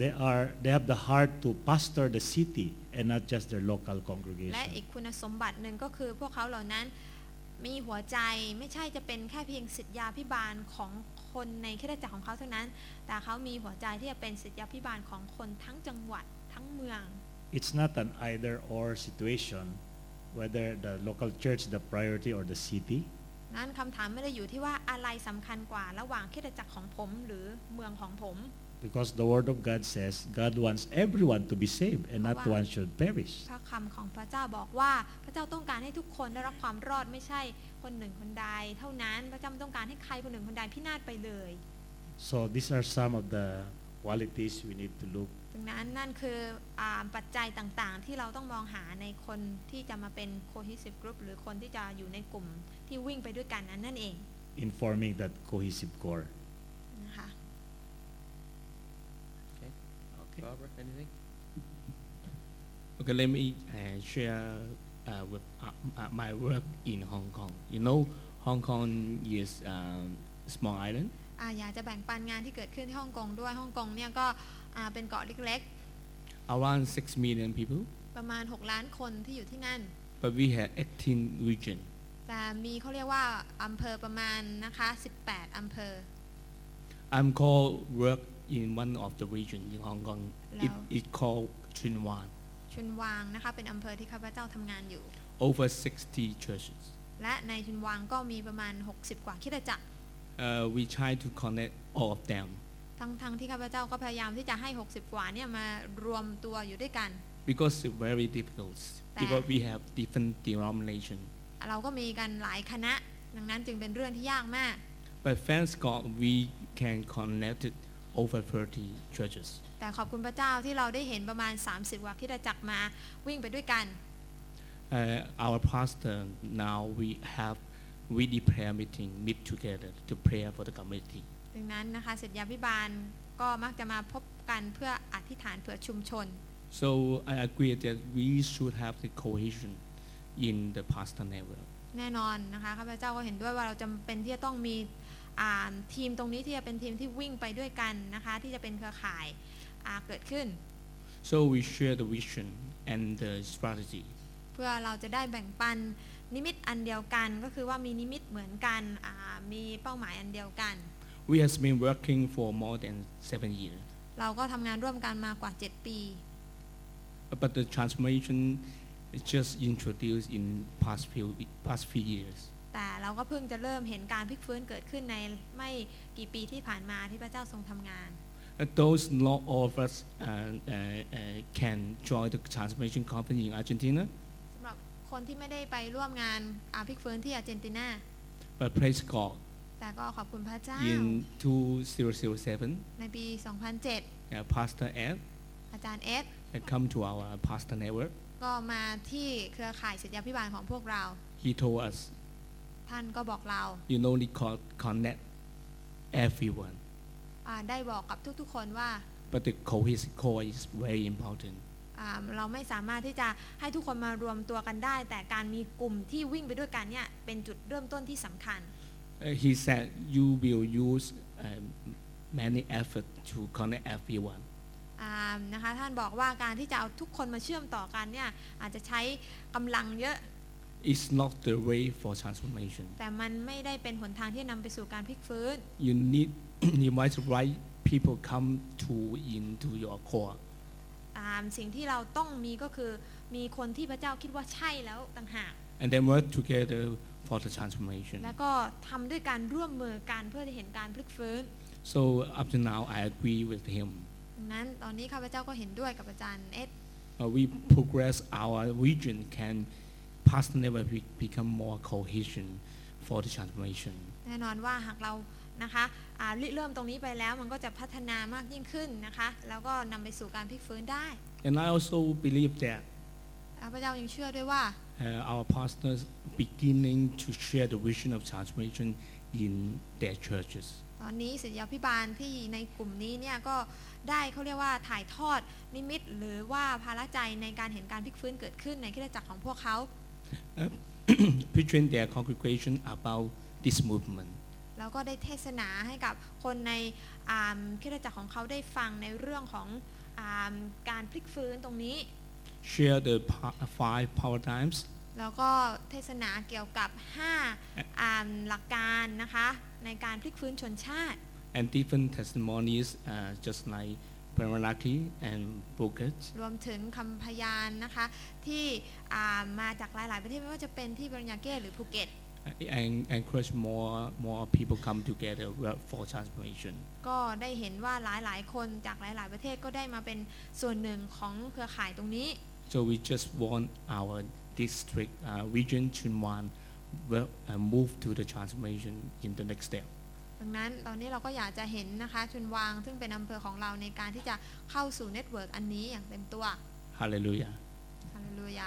[SPEAKER 5] they are they have the heart to pastor the city and not just their local
[SPEAKER 2] และ
[SPEAKER 5] congregation.
[SPEAKER 2] อีกคุณสมบัติหนึ่งก็คือพวกเขาเหล่านั้นมีหัวใจไม่ใช่จะเป็นแค่เพียงสิทธยาพิบาลของคนในคริสตจักรของเขาเท่านั้น แต่เขามีหัวใจที่จะเป็นสิทธยาพิบาลของคนทั้งจังหวัดทั้งเมือง
[SPEAKER 5] It's not an either or situation whether the local church the priority or the city.
[SPEAKER 2] นั้นคำถามไม่ได้อยู่ที่ว่าอะไรสำคัญกว่าระหว่างคริสตจักรของผมหรือเมืองของผม
[SPEAKER 5] Because the word of God says God wants everyone to be saved and not
[SPEAKER 2] Wow.
[SPEAKER 5] one should perish.
[SPEAKER 2] พระคำของพระเจ้าบอกว่าพระเจ้าต้องการให้ทุกคนได้รับความรอดไม่ใช่คนหนึ่งคนใด เท่านั้นพระเจ้าไม่ต้องการให้ใครคนหนึ่งคนใดพินาศไปเลย
[SPEAKER 5] So these are some of the qualities we need to look
[SPEAKER 2] ดังนั้นนั่นคืออาปัจจัยต่างๆ ที่เราต้องมองหาในคนที่จะมาเป็น cohesive group หรือคนที่จะอยู่ในกลุ่มที่วิ่งไปด้วยกันนั้นนั่นเอง
[SPEAKER 5] in forming that cohesive core.
[SPEAKER 2] นะคะ
[SPEAKER 1] Okay. Barbara, anything?
[SPEAKER 4] Okay, let me uh, share uh, with uh, uh, my work in Hong Kong. You know, Hong Kong is um, small island.
[SPEAKER 2] อาอยากจะแบ่งปันงานที่เกิดขึ้นที่ฮ่องกงด้วยฮ่องกงเนี่ยก็อ่าเป็นเกาะเล็ก
[SPEAKER 4] around 6 million people,
[SPEAKER 2] ๆ ประมาณ 6 ล้านคนที่อยู่ที่นั่น
[SPEAKER 4] but we have 18 region.
[SPEAKER 2] แต่มีเขาเรียกว่าอำเภอประมาณนะคะ 18 อำเภอ
[SPEAKER 4] I'm called work in one of the region in Hong Kong. It,
[SPEAKER 2] Lao.
[SPEAKER 4] it called Trin Wan,
[SPEAKER 2] ชุนวางนะคะ เป็นอำเภอที่ข้าพเจ้าทำงานอยู่
[SPEAKER 4] over 60 churches.
[SPEAKER 2] และในชุนวางก็มีประมาณ 60 กว่าคริดจักร
[SPEAKER 4] Uh, we try to connect all of them
[SPEAKER 2] ทั้งๆที่ข้าพเจ้าก็พยายามที่จะให้ 60 กว่าเนี่ยมารวมตัวอยู่ด้วยกัน
[SPEAKER 4] because it's very difficult because
[SPEAKER 2] Ah.
[SPEAKER 4] we have different denomination.
[SPEAKER 2] เราก็มีกันหลายคณะ ดังนั้นจึงเป็นเรื่องที่ยากมาก
[SPEAKER 4] But thanks God, we can connect it over 30 churches.
[SPEAKER 2] แต่ขอบคุณพระเจ้าที่เราได้เห็นประมาณ 30 กว่าคริดจักรมาวิ่งไปด้วยกัน
[SPEAKER 4] Uh, our pastor now we have weekly prayer meeting meet together to pray for the community.
[SPEAKER 2] ดังนั้นนะคะศิษยาพิบาลก็มักจะมาพบกันเพื่ออธิษฐานเผื่อชุมชน
[SPEAKER 4] So I agree that we should have the cohesion in the pastor network.
[SPEAKER 2] แน่นอนนะคะข้าพเจ้าก็เห็นด้วยว่าเราจำเป็นที่จะต้องมีอ่าทีมตรงนี้ที่จะเป็นทีมที่วิ่งไปด้วยกันนะคะ ที่จะเป็นเครือข่ายอ่าเกิดขึ้น
[SPEAKER 4] So we share the vision and the strategy.
[SPEAKER 2] เพื่อเราจะได้แบ่งปันนิมิตอันเดียวกันก็คือว่ามีนิมิตเหมือนกันอ่ามีเป้าหมายอันเดียวกัน
[SPEAKER 4] We have been working for more than seven years,
[SPEAKER 2] เราก็ทำงานร่วมกันมากว่า 7 ปี
[SPEAKER 4] but the transformation is just introduced in past few past few years.
[SPEAKER 2] แต่เราก็เพิ่งจะเริ่มเห็นการพลิกฟื้นเกิดขึ้นในไม่กี่ปีที่ผ่านมาที่พระเจ้าทรงทำงาน
[SPEAKER 4] Uh, Those not all of us uh, uh, uh, can join the transformation company in Argentina,
[SPEAKER 2] สำหรับคนที่ไม่ได้ไปร่วมงานอาพลิกฟื้นที่อาร์เจนตินา
[SPEAKER 4] but praise God.
[SPEAKER 2] แต่ก็ขอบคุณพระเจ้า
[SPEAKER 4] In 2007,
[SPEAKER 2] ในปี 2007
[SPEAKER 4] uh, Pastor Ed
[SPEAKER 2] อาจารย์เอส
[SPEAKER 4] had come to our pastor network.
[SPEAKER 2] ก็มาที่เครือข่ายศิทยาพิบาลของพวกเรา
[SPEAKER 4] He told us,
[SPEAKER 2] ท่านก็บอกเรา
[SPEAKER 4] you know, we co- connect everyone,
[SPEAKER 2] อ่าได้บอกกับทุกๆคนว่า
[SPEAKER 4] but the cohesive core is very important.
[SPEAKER 2] อ่าเราไม่สามารถที่จะให้ทุกคนมารวมตัวกันได้ แต่การมีกลุ่มที่วิ่งไปด้วยกันเนี่ยเป็นจุดเริ่มต้นที่สำคัญ
[SPEAKER 4] Uh, he said, you will use um, many effort to connect everyone.
[SPEAKER 2] อ่านะคะท่านบอกว่าการที่จะเอาทุกคนมาเชื่อมต่อกันเนี่ยอาจจะใช้กำลังเยอะ
[SPEAKER 4] It's not the way for transformation.
[SPEAKER 2] แต่มันไม่ได้เป็นหนทางที่จะนำไปสู่การพลิกฟื้น
[SPEAKER 4] You need, you must right people come to into your core.
[SPEAKER 2] อ่าสิ่งที่เราต้องมีก็คือมีคนที่พระเจ้าคิดว่าใช่แล้วต่างหาก
[SPEAKER 4] and then work together for the transformation.
[SPEAKER 2] แล้วก็ทำด้วยการร่วมมือกันเพื่อจะเห็นการพลิกฟื้น
[SPEAKER 4] So up to now, I agree with him.
[SPEAKER 2] ดังนั้นตอนนี้ข้าพเจ้าก็เห็นด้วยกับอาจารย์เอส
[SPEAKER 4] Uh, we progress our region can past never be, become more cohesion for the transformation.
[SPEAKER 2] แน่นอนว่าหากเรานะคะอ่าริเริ่มตรงนี้ไปแล้วมันก็จะพัฒนามากยิ่งขึ้นนะคะ แล้วก็นำไปสู่การพลิกฟื้นได้
[SPEAKER 4] And I also believe that
[SPEAKER 2] ข้าพเจ้ายังเชื่อด้วยว่า
[SPEAKER 4] uh, our pastors beginning to share the vision of transformation in their churches.
[SPEAKER 2] ตอนนี้ศิษยาพิบาลที่ในกลุ่มนี้เนี่ยก็ได้เขาเรียกว่าถ่ายทอดนิมิต หรือว่าภาระใจในการเห็นการพลิกฟื้นเกิดขึ้นในคริสตจักรของพวกเขา
[SPEAKER 4] preaching Uh, their congregation about this movement.
[SPEAKER 2] แล้วก็ได้เทศนาให้กับคนในอ่าคริสตจักรของเขาได้ฟังในเรื่องของอาการพลิกฟื้นตรงนี้
[SPEAKER 4] Share the pa- uh, five paradigms
[SPEAKER 2] แล้วก็เทศนาเกี่ยวกับ5อ่าหลักการนะคะในการพลิกฟื้นชนชาติ
[SPEAKER 4] and different testimonies, uh, just like Pamalaki and Bukit.
[SPEAKER 2] รวมถึงคำพยานนะคะที่อ่ามาจากหลาย ๆ ประเทศไม่ว่าจะเป็นที่บริญญาเก้หรือภูเก็ต
[SPEAKER 4] And uh, encourage more more people come together work for transformation.
[SPEAKER 2] ก็ได้เห็นว่าหลาย ๆ คนจากหลาย ๆ ประเทศก็ได้มาเป็นส่วนหนึ่งของเครือข่ายตรงนี้
[SPEAKER 4] So we just want our district uh, region Chunwan will uh, move to the transformation in the next step.
[SPEAKER 2] ดังนั้นตอนนี้เราก็อยากจะเห็นนะคะชุนวางซึ่งเป็นอำเภอของเราในการที่จะเข้าสู่เน็ตเวิร์กอันนี้อย่างเต็มตัว
[SPEAKER 4] Hallelujah.
[SPEAKER 2] ฮาเลลูยา